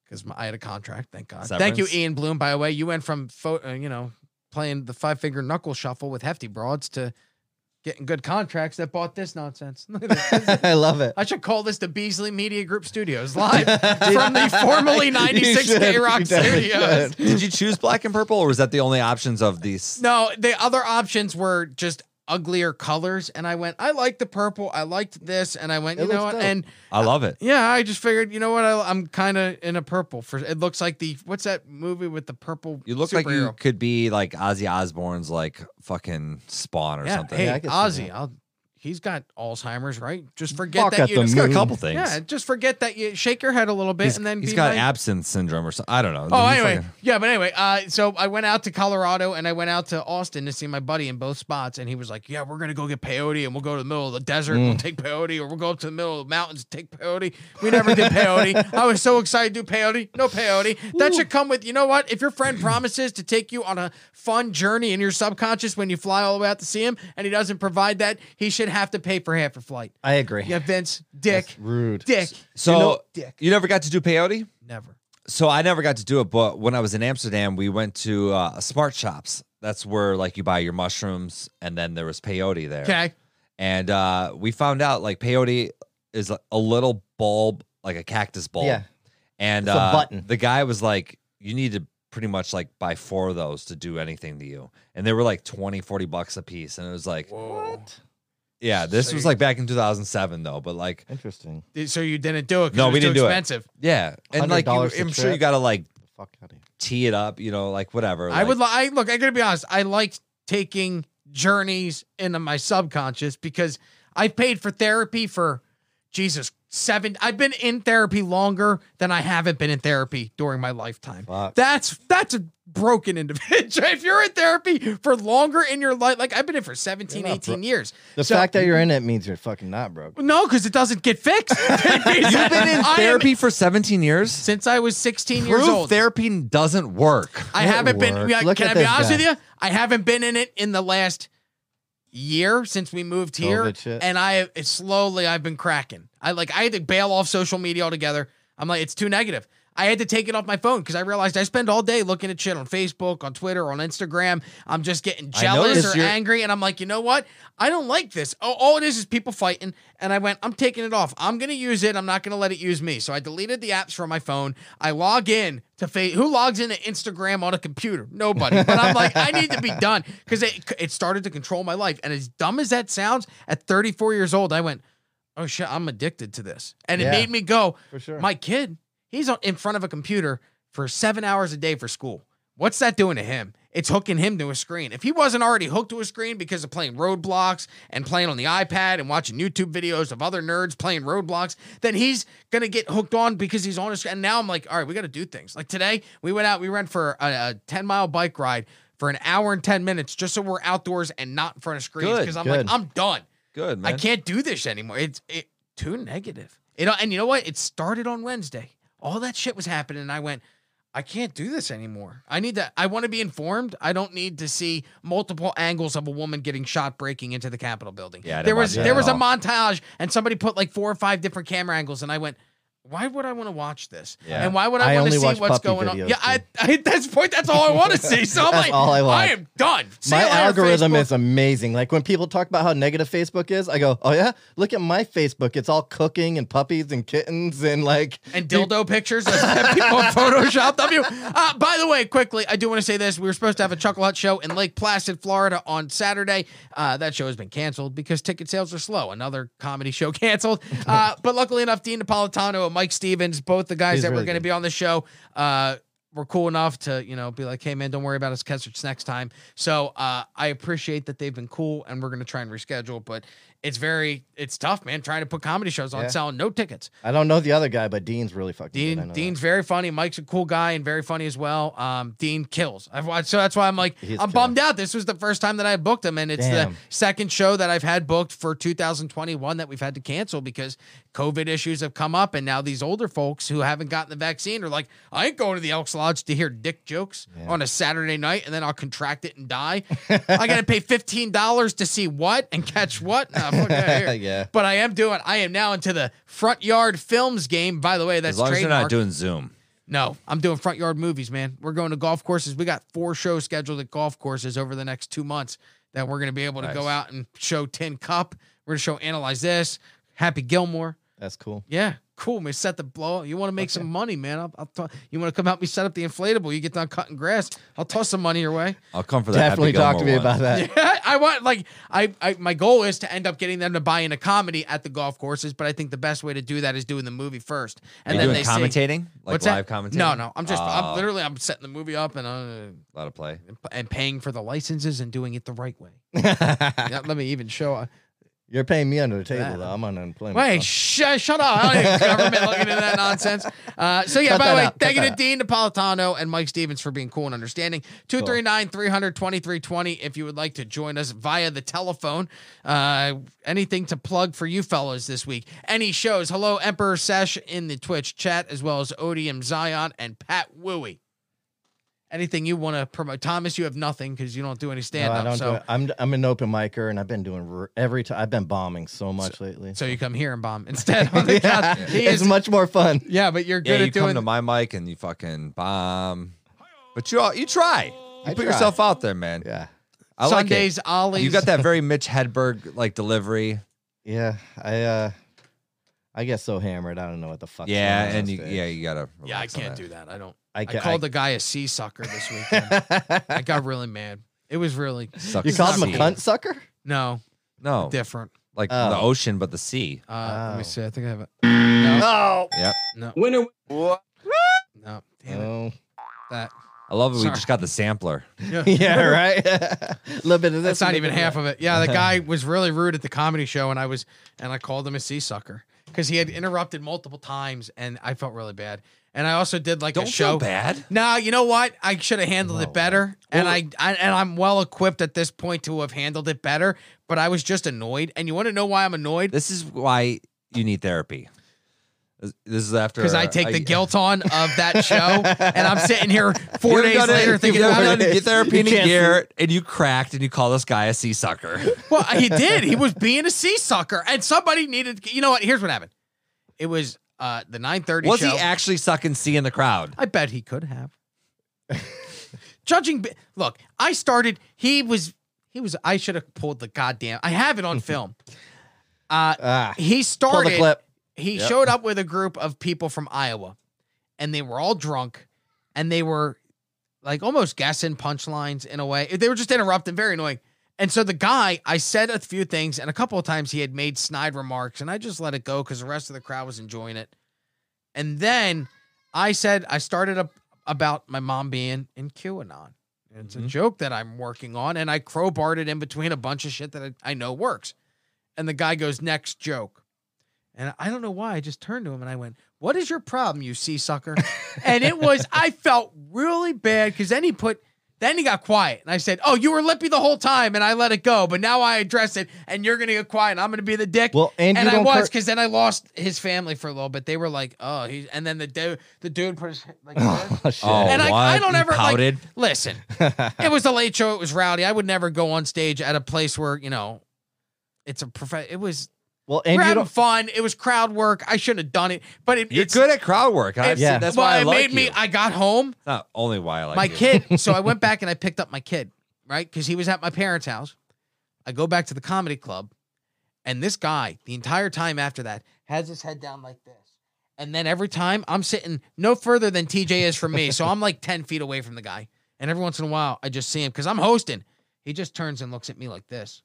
Speaker 2: because I had a contract. Thank God. Thank you,
Speaker 4: Severance?
Speaker 2: Ian Bloom. By the way, you went from pho- uh, you know playing the five finger knuckle shuffle with hefty broads to getting good contracts that bought this nonsense.
Speaker 3: I love it.
Speaker 2: I should call this the Beasley Media Group Studios live from the formerly 96
Speaker 3: should.
Speaker 2: K Rock
Speaker 3: You definitely
Speaker 2: Studios.
Speaker 3: should.
Speaker 4: Did you choose black and purple or was that the only options of these?
Speaker 2: No, the other options were just uglier colors, and I went, I liked the purple, I liked this, and I went,
Speaker 3: It
Speaker 2: you know
Speaker 3: looks
Speaker 2: what?
Speaker 3: dope.
Speaker 2: And
Speaker 4: I love it.
Speaker 2: yeah, I just figured, you know what? I, I'm kind of in a purple for. It looks like the what's that movie with the purple?
Speaker 4: You look like you
Speaker 2: superhero?
Speaker 4: could be like Ozzy Osbourne's like fucking spawn or
Speaker 2: yeah,
Speaker 4: something.
Speaker 2: Hey,
Speaker 3: Yeah, I could see
Speaker 2: Ozzy,
Speaker 3: that.
Speaker 2: I'll he's got Alzheimer's, right? Just forget
Speaker 3: Fuck
Speaker 2: that
Speaker 3: at
Speaker 2: you
Speaker 3: the
Speaker 4: He's got a
Speaker 3: Moon.
Speaker 4: couple things.
Speaker 2: Yeah, just forget that you shake your head a little bit
Speaker 4: He's-
Speaker 2: and then
Speaker 4: he's
Speaker 2: be
Speaker 4: got
Speaker 2: like,
Speaker 4: absence syndrome or something. I don't know.
Speaker 2: Oh,
Speaker 4: He's
Speaker 2: anyway,
Speaker 4: fucking-
Speaker 2: yeah, but anyway, uh, so I went out to Colorado and I went out to Austin to see my buddy in both spots, and he was like, "Yeah, we're gonna go get peyote, and we'll go to the middle of the desert,
Speaker 4: Mm.
Speaker 2: and we'll take peyote, or we'll go up to the middle of the mountains and take peyote." We never did peyote. I was so excited to do peyote. No peyote. That should come with you know what? If your friend promises to take you on a fun journey in your subconscious when you fly all the way out to see him, and he doesn't provide that, he should have to pay for half your flight.
Speaker 3: I agree.
Speaker 2: Yeah, Vince, dick,
Speaker 3: That's rude.
Speaker 2: dick,
Speaker 4: So you,
Speaker 2: dick.
Speaker 4: never got to do peyote?
Speaker 2: never.
Speaker 4: So I never got to do it, but when I was in Amsterdam, we went to uh, Smart Shops. That's where like you buy your mushrooms, and then there was peyote there.
Speaker 2: Okay.
Speaker 4: And uh, we found out like peyote is a- a little bulb, like a cactus bulb.
Speaker 3: Yeah.
Speaker 4: And
Speaker 3: It's a
Speaker 4: uh,
Speaker 3: button.
Speaker 4: the guy was like, you need to pretty much like buy four of those to do anything to you. And they were like 20, 40 bucks a piece. And it was like,
Speaker 3: What?
Speaker 4: yeah, this was
Speaker 2: So-
Speaker 4: like back in 2007 though, but like,
Speaker 3: Interesting.
Speaker 2: So you didn't do it? 'cause
Speaker 4: No,
Speaker 2: it was
Speaker 4: we didn't
Speaker 2: too
Speaker 4: do it.
Speaker 2: expensive.
Speaker 4: yeah. And like, you,
Speaker 3: $100 a
Speaker 4: I'm sure you
Speaker 3: trip.
Speaker 4: got to like
Speaker 3: The fuck out of here.
Speaker 4: tee it up, you know, like whatever.
Speaker 2: I would. Li- I look. I gotta be honest. I liked taking journeys into my subconscious because I paid for therapy for Jesus seven. I've been in therapy longer than I haven't been in therapy during my lifetime.
Speaker 3: Fuck.
Speaker 2: That's that's a broken individual. if you're in therapy for longer in your life, like I've been in for 17,
Speaker 3: You're not
Speaker 2: 18
Speaker 3: bro-
Speaker 2: years.
Speaker 3: The
Speaker 2: So-
Speaker 3: fact that you're in it means you're fucking not broke.
Speaker 2: No, because it doesn't get fixed. You've been
Speaker 4: You've been in therapy for 17 years?
Speaker 2: since I was 16 years
Speaker 4: Proof
Speaker 2: old.
Speaker 4: therapy doesn't work.
Speaker 2: I
Speaker 3: It
Speaker 2: haven't been.
Speaker 3: worked.
Speaker 2: yeah,
Speaker 3: Look
Speaker 2: can
Speaker 3: at
Speaker 2: I be
Speaker 3: this
Speaker 2: honest
Speaker 3: guy.
Speaker 2: with you? I haven't been in it in the last year since we moved here,
Speaker 3: COVID shit.
Speaker 2: and I it's slowly I've been cracking. I like I had to bail off social media altogether. I'm like it's too negative. I had to take it off my phone because I realized I spend all day looking at shit on Facebook, on Twitter, on Instagram. I'm just getting
Speaker 4: I
Speaker 2: jealous
Speaker 4: noticed
Speaker 2: or
Speaker 4: you're-
Speaker 2: angry, and I'm like, you know what? I don't like this. All, all it is is people fighting, and I went, I'm taking it off. I'm gonna use it. I'm not gonna let it use me. So I deleted the apps from my phone. I log in to face. Who logs into Instagram on a computer? Nobody. But I'm like, I need to be done because it it started to control my life. And as dumb as that sounds, at 34 years old, I went, oh shit, I'm addicted to this, and it
Speaker 3: Yeah.
Speaker 2: made me go.
Speaker 3: For sure.
Speaker 2: My kid, he's on, in front of a computer for seven hours a day for school. What's that doing to him? It's hooking him to a screen. If he wasn't already hooked to a screen because of playing roadblocks and playing on the iPad and watching YouTube videos of other nerds playing roadblocks, then he's gonna get hooked on because he's on a screen. And now I'm like, all right, we gotta do things. Like today, we went out, we ran for a, a 10 mile bike ride for an hour and 10 minutes just so we're outdoors and not in front of screens.
Speaker 4: Good,
Speaker 2: Because I'm
Speaker 3: good.
Speaker 2: like, I'm done.
Speaker 4: Good,
Speaker 2: I can't do this anymore. It's it too negative. It and you know what? It started on Wednesday. All that shit was happening, and I went, I can't do this anymore. I need to. I want to be informed. I don't need to see multiple angles of a woman getting shot breaking into the Capitol building.
Speaker 4: Yeah, I didn't
Speaker 2: there
Speaker 4: watch
Speaker 2: was
Speaker 4: that
Speaker 2: there
Speaker 4: at
Speaker 2: was a
Speaker 4: all.
Speaker 2: montage, and somebody put like four or five different camera angles, and I went. Why would I want to watch this?
Speaker 4: Yeah.
Speaker 2: And why would
Speaker 3: I
Speaker 2: I, want to
Speaker 3: only
Speaker 2: see
Speaker 3: watch
Speaker 2: what's
Speaker 3: puppy
Speaker 2: going on?
Speaker 3: videos,
Speaker 2: Yeah, I, I, at this point, that's all I want to see. So I'm
Speaker 3: That's
Speaker 2: like,
Speaker 3: all I
Speaker 2: I
Speaker 3: watch.
Speaker 2: am done. See
Speaker 3: my
Speaker 2: you later,
Speaker 3: algorithm
Speaker 2: Facebook.
Speaker 3: is amazing. Like when people talk about how negative Facebook is, I go, "Oh yeah, look at my Facebook. It's all cooking and puppies and kittens and like
Speaker 2: and dildo pictures that people photoshopped of you. Uh, by the way, quickly, I do want to say this: we were supposed to have a Chuckle Hut show in Lake Placid, Florida, on Saturday. Uh, that show has been canceled because ticket sales are slow. Another comedy show canceled. Uh, but luckily enough, Dean Napolitano and Mike Stevens, both the guys
Speaker 3: He's
Speaker 2: that were
Speaker 3: really
Speaker 2: going to
Speaker 3: good.
Speaker 2: be on the show. Uh, were cool enough to, you know, be like, hey man, don't worry about us. Catch us next time. So uh, I appreciate that they've been cool, and we're gonna try and reschedule. But it's very, it's tough, man. Trying to put comedy shows on
Speaker 3: Yeah.
Speaker 2: selling no tickets.
Speaker 3: I don't know the other guy, but Dean's really fucking good. I
Speaker 2: Dean
Speaker 3: know
Speaker 2: Dean's very funny. Mike's a cool guy and very funny as well. Um, Dean kills. I've watched, so that's why I'm like
Speaker 3: He's
Speaker 2: I'm bummed out. This was the first time that I booked him, and it's the
Speaker 3: Damn.
Speaker 2: second show that I've had booked for 2021 that we've had to cancel because COVID issues have come up, and now these older folks who haven't gotten the vaccine are like, I ain't going to the Elks Lodge to hear dick jokes on a Saturday night, and then I'll contract it and die. I got to pay fifteen dollars to see what and catch what. Nah, fuck outta here.
Speaker 3: Yeah.
Speaker 2: But I am doing. I am now into the front yard films game. By the way, that's
Speaker 4: As long as you're
Speaker 2: trademarked.
Speaker 4: not doing Zoom.
Speaker 2: No, I'm doing front yard movies, man. We're going to golf courses. We got four shows scheduled at golf courses over the next two months that we're going to be able to go
Speaker 4: Nice.
Speaker 2: out and show Tin Cup. We're going to show Analyze This, Happy Gilmore.
Speaker 3: That's cool.
Speaker 2: Yeah, cool. Man, set the blow. up. You want to make some money, man? I'll, I'll t- you want to come help me set up the inflatable? You get done cutting grass. I'll toss some money your way.
Speaker 4: I'll come for that.
Speaker 3: Definitely talk to me about that.
Speaker 2: Yeah, I want like I, I my goal is to end up getting them to buy into comedy at the golf courses, but I think the best way to do that is doing the movie first, and
Speaker 4: And
Speaker 2: then
Speaker 4: then
Speaker 2: they
Speaker 4: doing
Speaker 2: see.
Speaker 4: commentating, like
Speaker 2: What's
Speaker 4: live
Speaker 2: that?
Speaker 4: commentating.
Speaker 2: No, no. I'm just I'm
Speaker 4: Oh,
Speaker 2: literally I'm setting the movie up and uh,
Speaker 4: a lot of play.
Speaker 2: and paying for the licenses and doing it the right way. Not let me even show. uh,
Speaker 3: You're paying me under the
Speaker 2: Yeah.
Speaker 3: table, though. I'm on unemployment.
Speaker 2: Wait,
Speaker 3: so-
Speaker 2: sh- shut up. I don't need government looking into that nonsense. Uh, so, yeah,
Speaker 3: Cut
Speaker 2: by the
Speaker 3: that
Speaker 2: way,
Speaker 3: out, cut
Speaker 2: thank you
Speaker 3: that
Speaker 2: to
Speaker 3: out.
Speaker 2: Dean Napolitano and Mike Stevens for being cool and understanding. 239 300 2320 if you would like to join us via the telephone. Uh, anything to plug for you fellows this week? Any shows? Hello, Emperor Sesh in the Twitch chat, as well as Odium Zion and Pat Wooey. Anything you want to promote? Thomas, you have nothing because you don't do any
Speaker 3: No,
Speaker 2: stand
Speaker 3: I
Speaker 2: up.
Speaker 3: don't do
Speaker 2: so,
Speaker 3: it. I'm I'm an open micer, and I've been doing r- every time. I've been bombing so much lately.
Speaker 2: so you come here and bomb instead on the
Speaker 3: yeah,
Speaker 2: couch. He
Speaker 3: it's
Speaker 2: is-
Speaker 3: much more fun.
Speaker 2: yeah, but you're
Speaker 4: Yeah,
Speaker 2: good
Speaker 4: you
Speaker 2: at
Speaker 4: come
Speaker 2: doing
Speaker 4: to my mic and you fucking bomb, but you all, you try. You
Speaker 3: I
Speaker 4: put
Speaker 3: try.
Speaker 4: yourself out there, man.
Speaker 3: Yeah,
Speaker 4: I like it.
Speaker 2: Sundays, Ollie's.
Speaker 4: You got that very Mitch Hedberg like delivery.
Speaker 3: yeah. I uh, I get so hammered. I don't know what the fuck.
Speaker 4: yeah, and you, yeah, you gotta.
Speaker 2: Yeah, I
Speaker 4: relax on
Speaker 2: can't
Speaker 4: that.
Speaker 2: do that. I don't.
Speaker 3: I,
Speaker 2: I,
Speaker 3: ca-
Speaker 2: called the guy a sea sucker this weekend. I got really mad. It was really
Speaker 4: Sucks
Speaker 3: you
Speaker 4: to
Speaker 3: called him
Speaker 4: see.
Speaker 3: a cunt sucker.
Speaker 2: no
Speaker 4: No,
Speaker 2: different.
Speaker 4: like
Speaker 3: Oh.
Speaker 4: the ocean, but the sea.
Speaker 2: Uh, Let
Speaker 3: Oh.
Speaker 2: me see. I think I have it. No,
Speaker 3: No.
Speaker 2: no,
Speaker 5: Winner.
Speaker 2: no. Damn it.
Speaker 3: Oh.
Speaker 2: That.
Speaker 4: I love it. We
Speaker 2: Sorry.
Speaker 4: just got the sampler.
Speaker 3: Yeah, right. a little bit of this.
Speaker 2: That's not
Speaker 3: a little
Speaker 2: even
Speaker 3: bit of
Speaker 2: half
Speaker 3: that.
Speaker 2: of it. Yeah, the guy was really rude at the comedy show, and I was, and I called him a sea sucker because he had interrupted multiple times, and I felt really bad. And I also did like
Speaker 4: Don't
Speaker 2: a
Speaker 4: feel
Speaker 2: show.
Speaker 4: bad.
Speaker 2: No, you know what? I should have handled
Speaker 3: No.
Speaker 2: it better, and I, I and I'm well equipped at this point to have handled it better. But I was just annoyed, and you want to know why I'm annoyed?
Speaker 4: This is why you need therapy. This this is after
Speaker 2: Because I take the guilt on of that show, and I'm sitting here four
Speaker 4: You've
Speaker 2: days
Speaker 4: done it.
Speaker 2: later
Speaker 4: You've
Speaker 2: thinking
Speaker 4: never
Speaker 2: about
Speaker 4: done
Speaker 2: it.
Speaker 4: it. Get therapy
Speaker 3: You
Speaker 4: in a
Speaker 3: can't
Speaker 4: year, and you cracked, and you call this guy a sea sucker.
Speaker 2: Well, he did. He was being a sea sucker, and somebody needed. You know what? Here's what happened. It was uh, the 9:30
Speaker 4: Was
Speaker 2: show.
Speaker 4: he actually sucking sea in the crowd?
Speaker 2: I bet he could have. Judging, ba- look, I started. He was, he was. I should have pulled the goddamn. I have it on film. Uh,
Speaker 3: Ah,
Speaker 2: he
Speaker 3: pull the
Speaker 2: started.
Speaker 3: clip.
Speaker 2: He
Speaker 3: Yep.
Speaker 2: showed up with a group of people from Iowa, and they were all drunk, and they were like almost guessing punchlines in a way. They were just interrupting, very annoying. And so the guy, I said a few things, and a couple of times he had made snide remarks, and I just let it go because the rest of the crowd was enjoying it. And then I said I started up about my mom being in QAnon. And It's a
Speaker 4: Mhm.
Speaker 2: joke that I'm working on, and I crowbarred it in between a bunch of shit that I, I know works. And the guy goes, "Next joke," and I don't know why. I just turned to him and I went, "What is your problem, you sea sucker?" and it was I felt really bad because then he put. Then he got quiet, and I said, "Oh, you were lippy the whole time," and I let it go. But now I address it, and you're gonna get quiet, and I'm gonna be the dick
Speaker 3: Well, and,
Speaker 2: and
Speaker 3: you
Speaker 2: I
Speaker 3: don't
Speaker 2: was
Speaker 3: cur-
Speaker 2: because then I lost his family for a little bit. They were like, "Oh, he's," and then the dude, the dude put his like, this.
Speaker 3: Oh, shit.
Speaker 4: Oh,
Speaker 2: and I, I
Speaker 4: what?
Speaker 2: don't
Speaker 4: You
Speaker 2: ever like,
Speaker 4: pouted?
Speaker 2: listen. it was the late show. It was rowdy. I would never go on stage at a place where you know, it's a prof. It was
Speaker 3: well,
Speaker 2: we
Speaker 3: and
Speaker 2: we're
Speaker 3: you
Speaker 2: having
Speaker 3: don't.
Speaker 2: fun. It was crowd work. I shouldn't have done it, but it,
Speaker 4: You're
Speaker 2: it's
Speaker 4: good at crowd work.
Speaker 2: It,
Speaker 4: I've seen-
Speaker 3: Yeah.
Speaker 4: That's
Speaker 2: well,
Speaker 4: why I
Speaker 2: it
Speaker 4: like
Speaker 2: made me.
Speaker 4: you.
Speaker 2: I got home
Speaker 4: Not only why I like
Speaker 2: my
Speaker 4: you.
Speaker 2: kid. So I went back and I picked up my kid, right? Because he was at my parents' house. I go back to the comedy club, and this guy, the entire time after that, has his head down like this. And then every time I'm sitting no further than TJ is from me. So I'm like 10 feet away from the guy. And every once in a while, I just see him because I'm hosting. He just turns and looks at me like this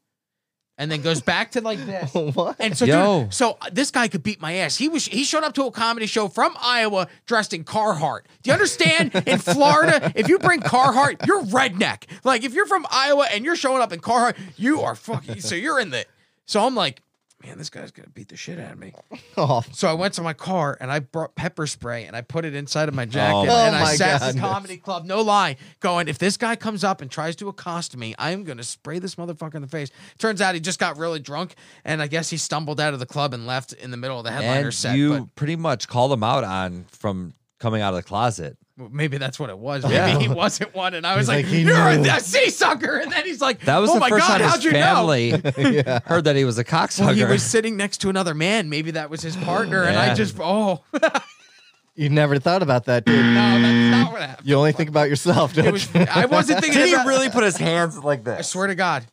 Speaker 2: and then goes back to like this.
Speaker 3: what?
Speaker 2: And so,
Speaker 4: Yo.
Speaker 2: dude, so uh, this guy could beat my ass. He was he showed up to a comedy show from Iowa dressed in Carhartt. Do you understand? in Florida, if you bring Carhartt, you're redneck. Like if you're from Iowa and you're showing up in Carhartt, you are fucking. So you're in the. So I'm like, man, this guy's gonna beat the shit out of me.
Speaker 3: Oh,
Speaker 2: So I went to my car and I brought pepper spray and I put it inside of my jacket
Speaker 3: my
Speaker 4: Oh
Speaker 2: and I sat in the
Speaker 3: goodness.
Speaker 2: comedy club, no lie, going, if this guy comes up and tries to accost me, I am going to spray this motherfucker in the face. Turns out he just got really drunk and I guess he stumbled out of the club and left in the middle of the headliner
Speaker 4: and
Speaker 2: set.
Speaker 4: you
Speaker 2: but
Speaker 4: pretty much called him out on from coming out of the closet.
Speaker 2: maybe that's what it was. Maybe he wasn't one. And I was
Speaker 3: He's
Speaker 2: like,
Speaker 3: like, he
Speaker 2: you're
Speaker 3: knew."
Speaker 2: a sea sucker. And then he's like,
Speaker 4: That was
Speaker 2: oh
Speaker 4: the
Speaker 2: my
Speaker 4: first
Speaker 2: God,
Speaker 4: time
Speaker 2: how'd
Speaker 4: his
Speaker 2: you know?
Speaker 4: family
Speaker 3: yeah.
Speaker 4: heard that he was a cocksucker.
Speaker 2: Well, he was sitting next to another man. Maybe that was his partner. And I
Speaker 4: Yeah.
Speaker 2: just, oh, no, that's
Speaker 3: You never thought about that, dude.
Speaker 2: not what happened.
Speaker 3: You only think about yourself, don't
Speaker 2: It was,
Speaker 3: you?
Speaker 2: I wasn't thinking
Speaker 4: Did he
Speaker 2: about-
Speaker 4: really put his hands like this?
Speaker 2: I swear to God,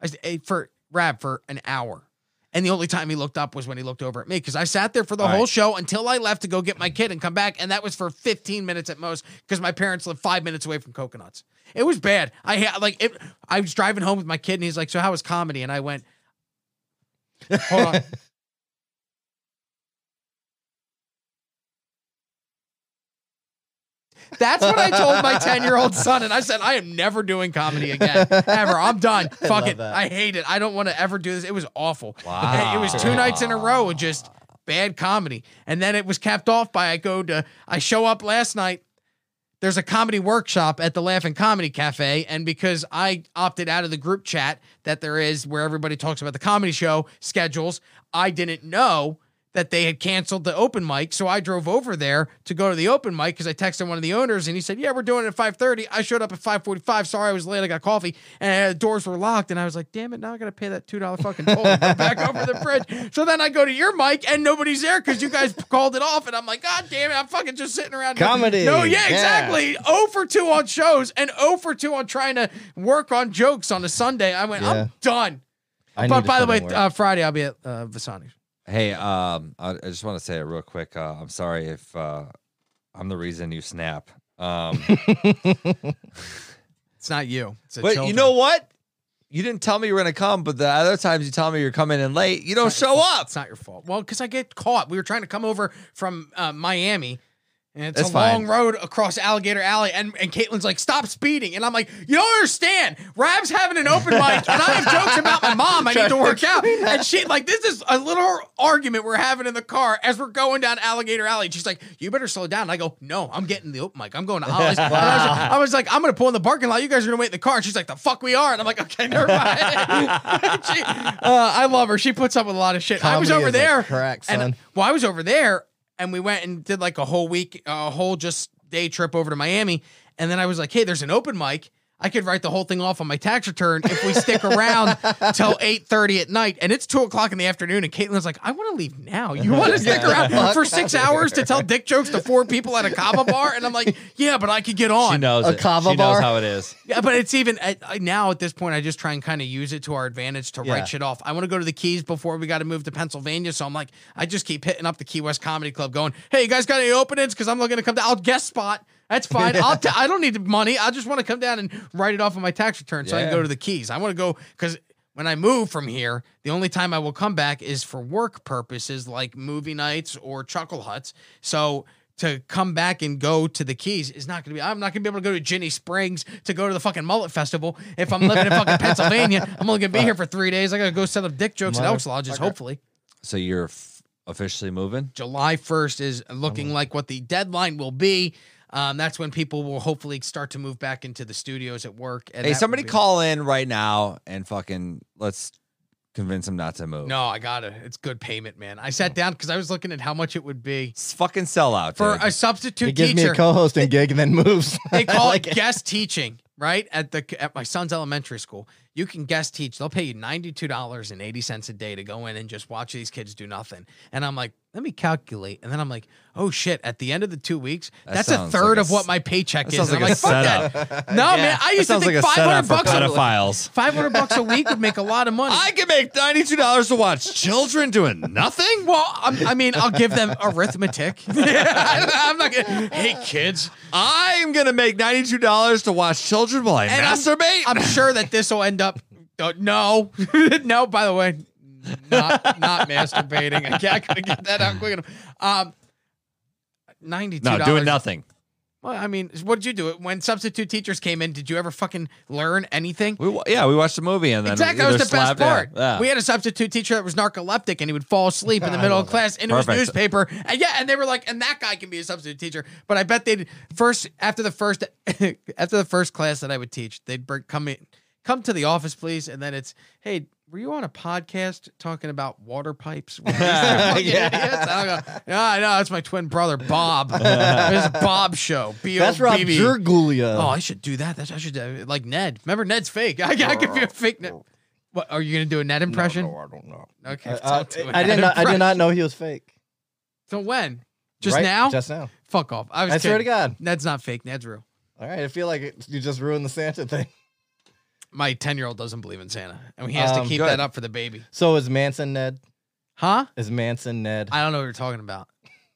Speaker 2: I s- eh, for Rab for an hour, and the only time he looked up was when he looked over at me because I sat there for the
Speaker 4: All
Speaker 2: whole
Speaker 4: right.
Speaker 2: show until I left to go get my kid and come back, and that was for 15 minutes at most because my parents lived five minutes away from Coconuts. It was bad. I had like it. I was driving home with my kid, and he's like, "So how was comedy?" And I went, "Hold on." That's what I told my 10 year old son. And I said, I am never doing comedy again. Ever. I'm done. Fuck
Speaker 3: love
Speaker 2: it.
Speaker 3: that.
Speaker 2: I hate it. I don't want to ever do this. It was awful.
Speaker 4: Wow.
Speaker 2: It was two nights in a row of just bad comedy. And then it was capped off by I go to, I show up last night. There's a comedy workshop at the Laughing Comedy Cafe. And because I opted out of the group chat that there is where everybody talks about the comedy show schedules, I didn't know that they had canceled the open mic. So I drove over there to go to the open mic because I texted one of the owners and he said, Yeah, we're doing it at 5:30. I showed up at 5:45. Sorry, I was late. I got coffee and the doors were locked. And I was like, damn it, now I gotta pay that two dollar fucking toll to go back over the bridge. So then I go to your mic and nobody's there because you guys called it off. And I'm like, God damn it, I'm fucking just sitting around.
Speaker 3: Comedy,
Speaker 2: No, yeah,
Speaker 3: yeah.
Speaker 2: exactly. 0 for 2 on shows and 0 for 2 on trying to work on jokes on a Sunday. I went,
Speaker 3: Yeah.
Speaker 2: I'm done.
Speaker 3: I
Speaker 2: but
Speaker 3: need to
Speaker 2: by the way,
Speaker 3: fucking work.
Speaker 2: uh, Friday I'll be at uh, Vasani's.
Speaker 4: Hey, um, I, I just want to say it real quick. Uh, I'm sorry if uh, I'm the reason you snap. Um,
Speaker 2: It's not you. It's the
Speaker 4: but you
Speaker 2: children.
Speaker 4: know what? You didn't tell me you were gonna come, but the other times you tell me you're coming in late, you don't show up.
Speaker 2: It's not your fault. Well, because I get caught. We were trying to come over from uh, Miami. And it's
Speaker 4: That's
Speaker 2: a
Speaker 4: fine.
Speaker 2: long road across Alligator Alley, and, and Caitlin's like, "Stop speeding," and I'm like, "You don't understand. Rab's having an open mic, and I have jokes about my mom. I need to work out." And she like, "This is a little argument we're having in the car as we're going down Alligator Alley." She's like, "You better slow down." And I go, "No, I'm getting the open mic. I'm going to Ollie's." And I, was like, I was like, "I'm gonna pull in the parking lot. You guys are gonna wait in the car." And she's like, "The fuck we are," and I'm like, "Okay, never mind." she, uh, I love her. She puts up with a lot of shit. I was
Speaker 3: Comedy
Speaker 2: over
Speaker 3: is like
Speaker 2: there.
Speaker 3: crack,
Speaker 2: And,
Speaker 3: son.
Speaker 2: well, I was over there, and we went and did like a whole week, a whole just day trip over to Miami. And then I was like, hey, there's an open mic. I could write the whole thing off on my tax return if we stick around till eight thirty at night, and it's two o'clock in the afternoon. And Caitlin's like, "I want to leave now. You want to stick around for six hours to tell dick jokes to four people at a kava bar?" And I'm like, "Yeah, but I could get on."
Speaker 4: knows
Speaker 3: A kava bar?
Speaker 4: it is.
Speaker 2: Yeah, but it's even I, I, now at this point. I just try and kind of use it to our advantage to
Speaker 3: Yeah.
Speaker 2: write shit off. I want to go to the Keys before we got to move to Pennsylvania, so I'm like, I just keep hitting up the Key West Comedy Club, going, "Hey, you guys got any openings? Because I'm looking to come down. I'll guest spot. That's fine. I'll t- I don't need the money. I just want to come down and write it off on my tax return, so I can
Speaker 4: Yeah.
Speaker 2: go to the Keys. I want to go because when I move from here, the only time I will come back is for work purposes, like movie nights or chuckle huts. So to come back and go to the Keys is not going to be. I'm not going to be able to go to Ginny Springs to go to the fucking Mullet Festival if I'm living in fucking Pennsylvania. I'm only going to be here for three days. I got to go set up dick jokes at Elks Lodges. Hopefully,
Speaker 4: So you're f- officially moving.
Speaker 2: July 1st is
Speaker 1: Um,
Speaker 2: looking like what the deadline will be. Um, that's when people will hopefully start to move back into the studios at work. And
Speaker 4: hey,
Speaker 2: that will
Speaker 4: somebody
Speaker 2: be-
Speaker 4: call in right now and fucking let's convince him not to move.
Speaker 2: No, Oh, I got to It's good payment, man. I
Speaker 4: Oh.
Speaker 2: sat down because I was looking at how much it would be
Speaker 4: it's fucking sellout
Speaker 2: for
Speaker 4: dude.
Speaker 2: a substitute
Speaker 3: He gives me
Speaker 2: teacher.
Speaker 3: a co-hosting gig and then moves.
Speaker 2: they
Speaker 3: I
Speaker 2: call
Speaker 3: like
Speaker 2: it guest teaching, right? At the at my son's elementary school, you can guest teach. They'll pay you ninety two dollars and eighty cents a day to go in and just watch these kids do nothing. And I'm like, let me calculate. And then I'm like, oh shit! At the end of the two weeks,
Speaker 4: That
Speaker 2: that's a
Speaker 4: sounds
Speaker 2: third
Speaker 4: like a
Speaker 2: of what
Speaker 4: s-
Speaker 2: my paycheck
Speaker 4: that
Speaker 2: is.
Speaker 4: sounds
Speaker 2: And I'm like,
Speaker 4: like a
Speaker 2: fuck that. No man, I used to
Speaker 4: sounds
Speaker 2: think
Speaker 4: like a
Speaker 2: five
Speaker 4: setup
Speaker 2: hundred
Speaker 4: for
Speaker 2: bucks a
Speaker 4: pedophiles.
Speaker 2: five hundred bucks a week would make a lot of money.
Speaker 4: I can make ninety two dollars to watch children doing nothing.
Speaker 2: well, I'm, I mean, I'll give them arithmetic. I'm not gonna. Hey, kids.
Speaker 4: I'm gonna make ninety two dollars to watch children while I
Speaker 2: And I'm-
Speaker 4: masturbate.
Speaker 2: I'm sure that this will end up. Uh, no, no. By the way, not not masturbating. I, can't, I couldn't get that out quick enough. Um, Ninety-two.
Speaker 4: no, doing nothing.
Speaker 2: Well, I mean, what did you do? When substitute teachers came in, did you ever fucking learn anything?
Speaker 4: We wa- yeah, we watched the movie and then
Speaker 2: Exactly, that
Speaker 4: either
Speaker 2: was the best
Speaker 4: slapped- yeah,
Speaker 2: part.
Speaker 4: yeah.
Speaker 2: We had a substitute teacher that was narcoleptic, and he would fall asleep in the
Speaker 3: I
Speaker 2: middle
Speaker 3: love
Speaker 2: of class in his
Speaker 4: Perfect.
Speaker 2: newspaper. And yeah, and they were like, and that guy can be a substitute teacher. But I bet they'd first after the first after the first class that I would teach, they'd bring come in, come to the office, please, and then it's hey. Were you on a podcast talking about water pipes? Were these two fucking
Speaker 3: Yeah.
Speaker 2: idiots?" And I'll go, no, I know. It's my twin brother, Bob. It's Bob show. B O
Speaker 3: That's Rob
Speaker 2: B B.
Speaker 3: Jergulia.
Speaker 2: Oh, I should do that. That's I should do, like Ned. Remember Ned's fake. I, I could be a fake Ned. What are you gonna do a Ned impression?
Speaker 3: No, I don't know.
Speaker 2: Okay,
Speaker 3: I,
Speaker 2: I'll do a
Speaker 3: Uh, I
Speaker 2: Ned
Speaker 3: did not. I
Speaker 2: impression.
Speaker 3: did not know he was fake.
Speaker 2: So when? Just
Speaker 3: Right?
Speaker 2: now?
Speaker 3: Just now.
Speaker 2: Fuck off. I was.
Speaker 3: I swear to
Speaker 2: kidding.
Speaker 3: God.
Speaker 2: Ned's not fake. Ned's real.
Speaker 3: All right. I feel like it, you just ruined the Santa thing.
Speaker 2: My ten year old doesn't believe in Santa, and he has
Speaker 3: Um,
Speaker 2: to keep
Speaker 4: good.
Speaker 2: that up for the baby.
Speaker 3: So is Manson Ned?
Speaker 2: Huh?
Speaker 3: Is Manson Ned?
Speaker 2: I don't know what you're talking about.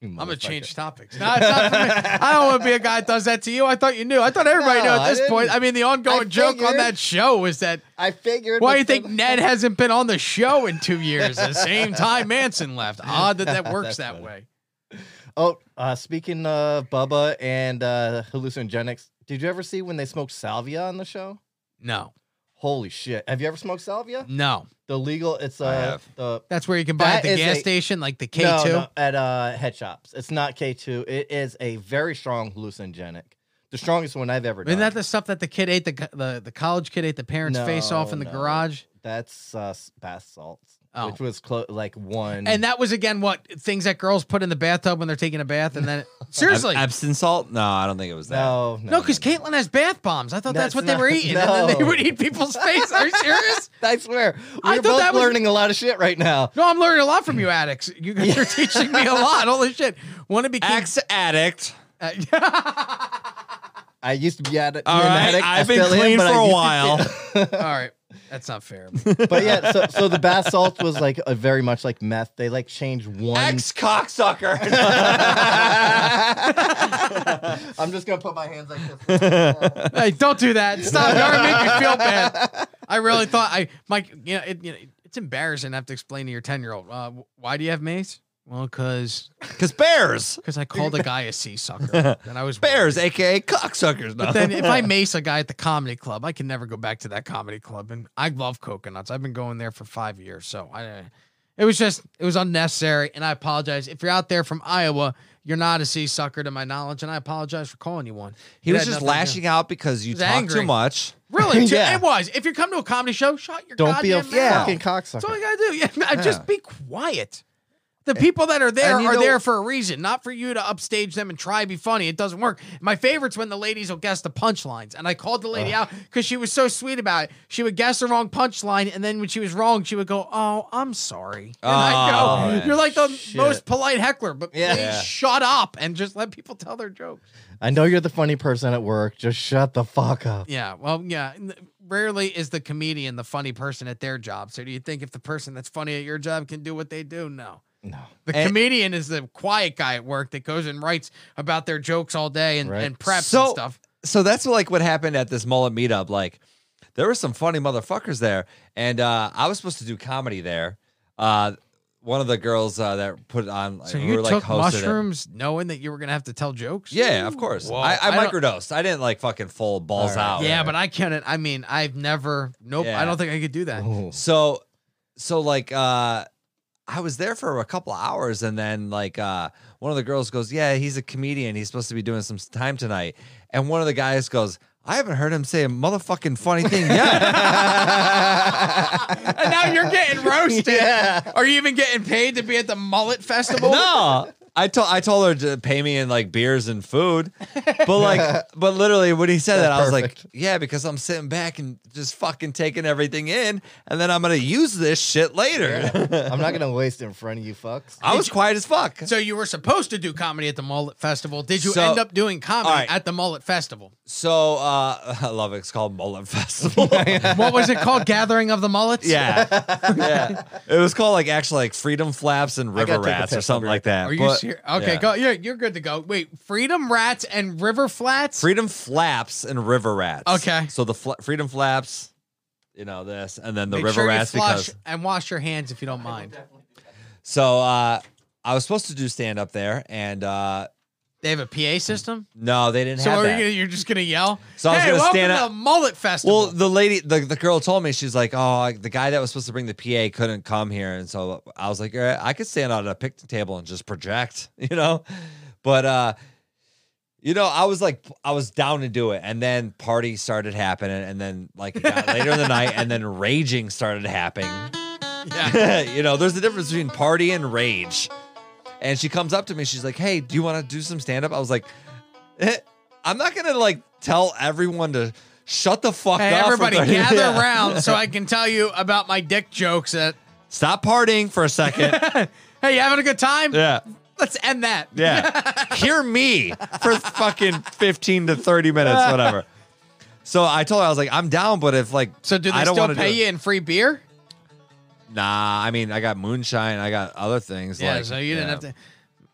Speaker 2: I'm gonna
Speaker 3: change.
Speaker 2: change topics. No, it's not for me. I don't want to be a guy that does that to you. I thought you knew. I thought everybody
Speaker 3: No,
Speaker 2: knew at
Speaker 3: I
Speaker 2: this point.
Speaker 3: didn't.
Speaker 2: I mean, the ongoing
Speaker 3: I
Speaker 2: joke on
Speaker 3: figured.
Speaker 2: that show was that
Speaker 3: I figured.
Speaker 2: Why
Speaker 3: but
Speaker 2: do you think
Speaker 3: then-
Speaker 2: Ned hasn't been on the show in two years? The same time Manson left. Odd that that works
Speaker 3: That's
Speaker 2: that
Speaker 3: funny.
Speaker 2: way.
Speaker 3: Oh, uh, speaking of Bubba and uh, hallucinogenics, did you ever see when they smoked salvia on the show?
Speaker 1: No,
Speaker 3: Holy shit! Have you ever smoked salvia?
Speaker 1: no.
Speaker 3: The legal, it's
Speaker 4: I
Speaker 3: uh,
Speaker 4: have.
Speaker 3: the
Speaker 2: That's where you can buy
Speaker 3: That
Speaker 2: at the
Speaker 3: is
Speaker 2: gas
Speaker 3: a-
Speaker 2: station, like the K2.
Speaker 3: No, no, at uh, head shops. It's not K two. It is a very strong hallucinogenic, the strongest one I've ever done.
Speaker 2: Isn't that the stuff that the kid ate, the, co- the, the college kid ate the parents' face off in the
Speaker 3: No, no.
Speaker 2: garage?
Speaker 3: That's uh, s- bath salts,
Speaker 2: Oh.
Speaker 3: which was clo- like one.
Speaker 2: And that was again what things that girls put in the bathtub when they're taking a bath, and then seriously,
Speaker 4: Ab- Epsom salt? No, I don't think it was that.
Speaker 3: no, no,
Speaker 2: no, because Caitlyn has bath bombs. I thought that's,
Speaker 3: That's
Speaker 2: what they
Speaker 3: not-
Speaker 2: were eating, and then they
Speaker 3: no.
Speaker 2: would eat people's face. Are you serious?
Speaker 3: I swear, we're
Speaker 2: I thought
Speaker 3: both
Speaker 2: that was-
Speaker 3: learning a lot of shit right now.
Speaker 2: No, I'm learning a lot from you addicts. You guys are teaching me a lot. Holy shit! Want to be Uh,
Speaker 4: Ex addict.
Speaker 3: I used to be at
Speaker 4: All
Speaker 3: an
Speaker 4: right,
Speaker 3: addict. I
Speaker 4: I've been
Speaker 3: still am,
Speaker 4: clean
Speaker 3: but I
Speaker 4: for a
Speaker 3: used to-
Speaker 4: while.
Speaker 2: All right, that's not fair.
Speaker 3: but yeah, so, so the bath salts was like a very much like meth. They like changed one.
Speaker 4: Ex cocksucker.
Speaker 3: I'm just gonna put my hands like this.
Speaker 2: hey, don't do that. Stop. You already make me feel bad. I really thought I, Mike. You know, it, you know it's embarrassing to have to explain to your ten year old uh, why do you have mace. Well, because
Speaker 4: Because bears.
Speaker 2: because I called a guy a sea sucker, and I was worried.
Speaker 4: Bears, aka cocksuckers. No.
Speaker 2: But then if I mace a guy at the comedy club, I can never go back to that comedy club. And I love coconuts. I've been going there for five years. So I it was just it was unnecessary. And I apologize. If you're out there from Iowa, you're not a sea sucker to my knowledge, and I apologize for calling you one.
Speaker 4: he
Speaker 2: It
Speaker 4: was
Speaker 2: had
Speaker 4: just
Speaker 2: nothing to do-
Speaker 4: lashing out because you
Speaker 2: was
Speaker 4: talk
Speaker 2: angry.
Speaker 4: too much.
Speaker 2: Really?
Speaker 3: Yeah.
Speaker 2: It was. If you come to a comedy show, shut your
Speaker 3: Don't be a
Speaker 2: goddamn mouth.
Speaker 3: fucking
Speaker 2: That's all
Speaker 3: cocksucker.
Speaker 2: you gotta do. Yeah, just be quiet. The people that are there
Speaker 3: and you
Speaker 2: are
Speaker 3: know-
Speaker 2: there for a reason, not for you to upstage them and try to be funny. It doesn't work. My favorite's when the ladies will guess the punchlines, and I called the lady out because she was so sweet about it. She would guess the wrong punchline, and then when she was wrong, she would go, "Oh, I'm sorry." And
Speaker 4: Oh,
Speaker 2: I go,
Speaker 4: man.
Speaker 2: "You're like the
Speaker 3: Shit.
Speaker 2: most polite heckler, but
Speaker 3: Yeah.
Speaker 2: please
Speaker 3: Yeah.
Speaker 2: shut up and just let people tell their jokes."
Speaker 3: I know you're the funny person at work. Just shut the fuck up.
Speaker 2: Yeah, well, yeah. n- Rarely is the comedian the funny person at their job. So do you think if the person that's funny at your job can do what they do? No.
Speaker 3: No.
Speaker 2: The
Speaker 4: And-
Speaker 2: comedian is the quiet guy at work that goes and writes about their jokes all day and,
Speaker 3: Right.
Speaker 2: and preps and
Speaker 4: So-
Speaker 2: stuff.
Speaker 4: so that's like what happened at this mullet meetup. Like, there were some funny motherfuckers there, and uh, I was supposed to do comedy there. Uh, one of the girls uh, that put on, like,
Speaker 2: So
Speaker 4: who
Speaker 2: you
Speaker 4: were, like,
Speaker 2: took
Speaker 4: hosted it.
Speaker 2: mushrooms knowing that you were going to have to tell jokes?
Speaker 4: Yeah, of course.
Speaker 2: Whoa.
Speaker 4: I, I,
Speaker 2: I don't-
Speaker 4: microdosed. I didn't like fucking full balls
Speaker 3: All right.
Speaker 4: out.
Speaker 2: Yeah, but I couldn't. I mean, I've never. Nope. I
Speaker 4: Yeah.
Speaker 2: don't think I could do that.
Speaker 3: Ooh.
Speaker 4: So, so like, uh, I was there for a couple of hours, and then like, uh, one of the girls goes, "Yeah, he's a comedian. He's supposed to be doing some time tonight." And one of the guys goes, "I haven't heard him say a motherfucking funny thing yet."
Speaker 2: and now you're getting roasted.
Speaker 3: Yeah.
Speaker 2: Are you even getting paid to be at the Mullet Festival?
Speaker 4: no, I told I told her to pay me in like beers and food, but like, but literally when he said that, I was like,
Speaker 3: Perfect.
Speaker 4: "Yeah," because I'm sitting back and just fucking taking everything in, and then I'm gonna use this shit later.
Speaker 3: I'm not gonna waste it in front of you fucks.
Speaker 4: I was quiet as fuck.
Speaker 2: So you were supposed to do comedy at the Mullet Festival. Did you
Speaker 4: So-
Speaker 2: end up doing comedy
Speaker 4: all right.
Speaker 2: at the Mullet Festival?
Speaker 4: So uh, I love it. It's called Mullet Festival.
Speaker 2: what was it called? Gathering of the Mullets?
Speaker 4: yeah, yeah. It was called like actually like Freedom Flaps and
Speaker 3: gotta
Speaker 4: River
Speaker 3: take a
Speaker 4: Rats or
Speaker 3: piss,
Speaker 4: something
Speaker 3: I'll be
Speaker 4: like that.
Speaker 2: Are you
Speaker 4: But-
Speaker 2: serious? Okay,
Speaker 4: yeah.
Speaker 2: go. You're, you're good to go. Wait, Freedom Rats and River Flats?
Speaker 4: Freedom Flaps and River Rats.
Speaker 2: Okay.
Speaker 4: So the fla Freedom Flaps, you know this, and then the
Speaker 2: Make
Speaker 4: River
Speaker 2: sure
Speaker 4: Rats
Speaker 2: you flush
Speaker 4: because
Speaker 2: and wash your hands if you don't mind.
Speaker 4: so uh, I was supposed to do stand up there, and uh,
Speaker 2: They have a PA system,
Speaker 4: no, they didn't
Speaker 2: so
Speaker 4: have
Speaker 2: are you
Speaker 4: that.
Speaker 2: gonna, you're just gonna yell.
Speaker 4: So I was
Speaker 2: hey,
Speaker 4: gonna
Speaker 2: welcome
Speaker 4: stand
Speaker 2: to
Speaker 4: up-
Speaker 2: the Mullet Festival.
Speaker 4: Well, the lady, the, the girl told me, she's like, oh, the guy that was supposed to bring the PA couldn't come here. And so I was like, all right, I could stand out at a picnic table and just project, you know? But, uh, you know, I was like, I was down to do it. And then party started happening. And then, like, it got later in the night, and then raging started happening.
Speaker 2: yeah.
Speaker 4: you know, there's a difference between party and rage. And she comes up to me, she's like, hey, do you want to do some stand up? I was like, "Eh, I'm not going to, like, tell everyone to. Shut the fuck
Speaker 2: Hey,
Speaker 4: up. for
Speaker 2: everybody,
Speaker 4: 30
Speaker 2: gather
Speaker 4: Yeah.
Speaker 2: around so I can tell you about my dick jokes. That
Speaker 4: Stop partying for a second.
Speaker 2: hey, you having a good time?
Speaker 4: yeah.
Speaker 2: Let's end that.
Speaker 4: Yeah. Hear me for fucking 15 to 30 minutes, whatever. So I told her, I was like, I'm down, but if like,
Speaker 2: So do they
Speaker 4: I don't
Speaker 2: still
Speaker 4: wanna
Speaker 2: pay
Speaker 4: do
Speaker 2: you in free beer?
Speaker 4: it- Nah, I mean, I got moonshine, I got other things.
Speaker 2: Yeah.
Speaker 4: like,
Speaker 2: so you didn't
Speaker 4: yeah.
Speaker 2: have to.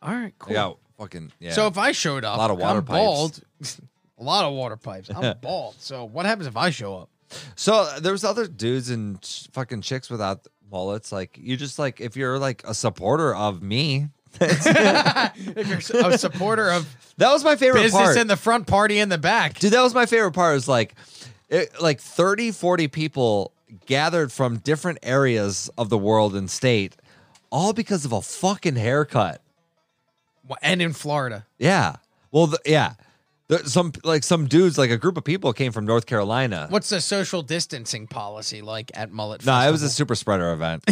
Speaker 2: All right. Cool.
Speaker 4: I got fucking, yeah.
Speaker 2: So if I showed up,
Speaker 4: A lot of water
Speaker 2: I'm
Speaker 4: pipes.
Speaker 2: bald. a lot of water pipes. I'm bald. So what happens if I show up?
Speaker 4: So there was other dudes and ch- fucking chicks without mullets. Like you just like if you're like a supporter of me,
Speaker 2: if you're s- a supporter of
Speaker 4: That was my favorite
Speaker 2: business
Speaker 4: part.
Speaker 2: in the front, party in the back.
Speaker 4: Dude, that was my favorite part. Is like, it, like 30, 40 people gathered from different areas of the world and state, all because of a fucking haircut.
Speaker 2: and in Florida.
Speaker 4: Yeah. Well, th yeah. There, some like some dudes, like a group of people came from North Carolina.
Speaker 2: What's the social distancing policy like at Mullet
Speaker 4: No, it was a
Speaker 2: Festival?
Speaker 4: super spreader event.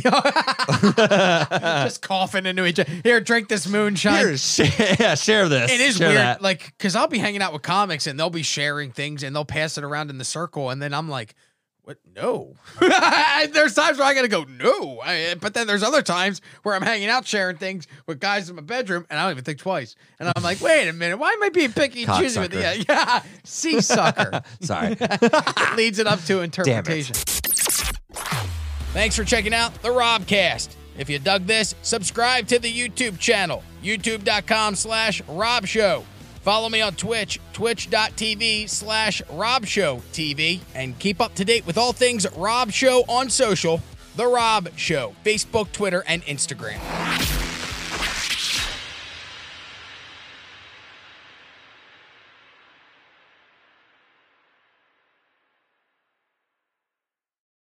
Speaker 2: just coughing into each other. Here, drink this moonshine.
Speaker 4: Here, share, yeah, share this.
Speaker 2: it is
Speaker 4: share
Speaker 2: weird,
Speaker 4: that.
Speaker 2: like, because I'll be hanging out with comics and they'll be sharing things and they'll pass it around in the circle, and then I'm like, "What? No." there's times where I gotta go, "No," I, but then there's other times where I'm hanging out sharing things with guys in my bedroom, and I don't even think twice. And I'm like, "Wait a minute, why am I being picky and choosy with the yeah,
Speaker 4: Cocksucker.
Speaker 2: yeah, sea sucker?"
Speaker 4: Sorry.
Speaker 2: It leads it up to interpretation.
Speaker 1: Thanks for checking out the Robcast. If you dug this, subscribe to the YouTube channel, youtube.com slash Rob Show. Follow me on Twitch, twitch.tv slash Rob Show TV, and keep up to date with all things Rob Show on social, The Rob Show, Facebook, Twitter, and Instagram.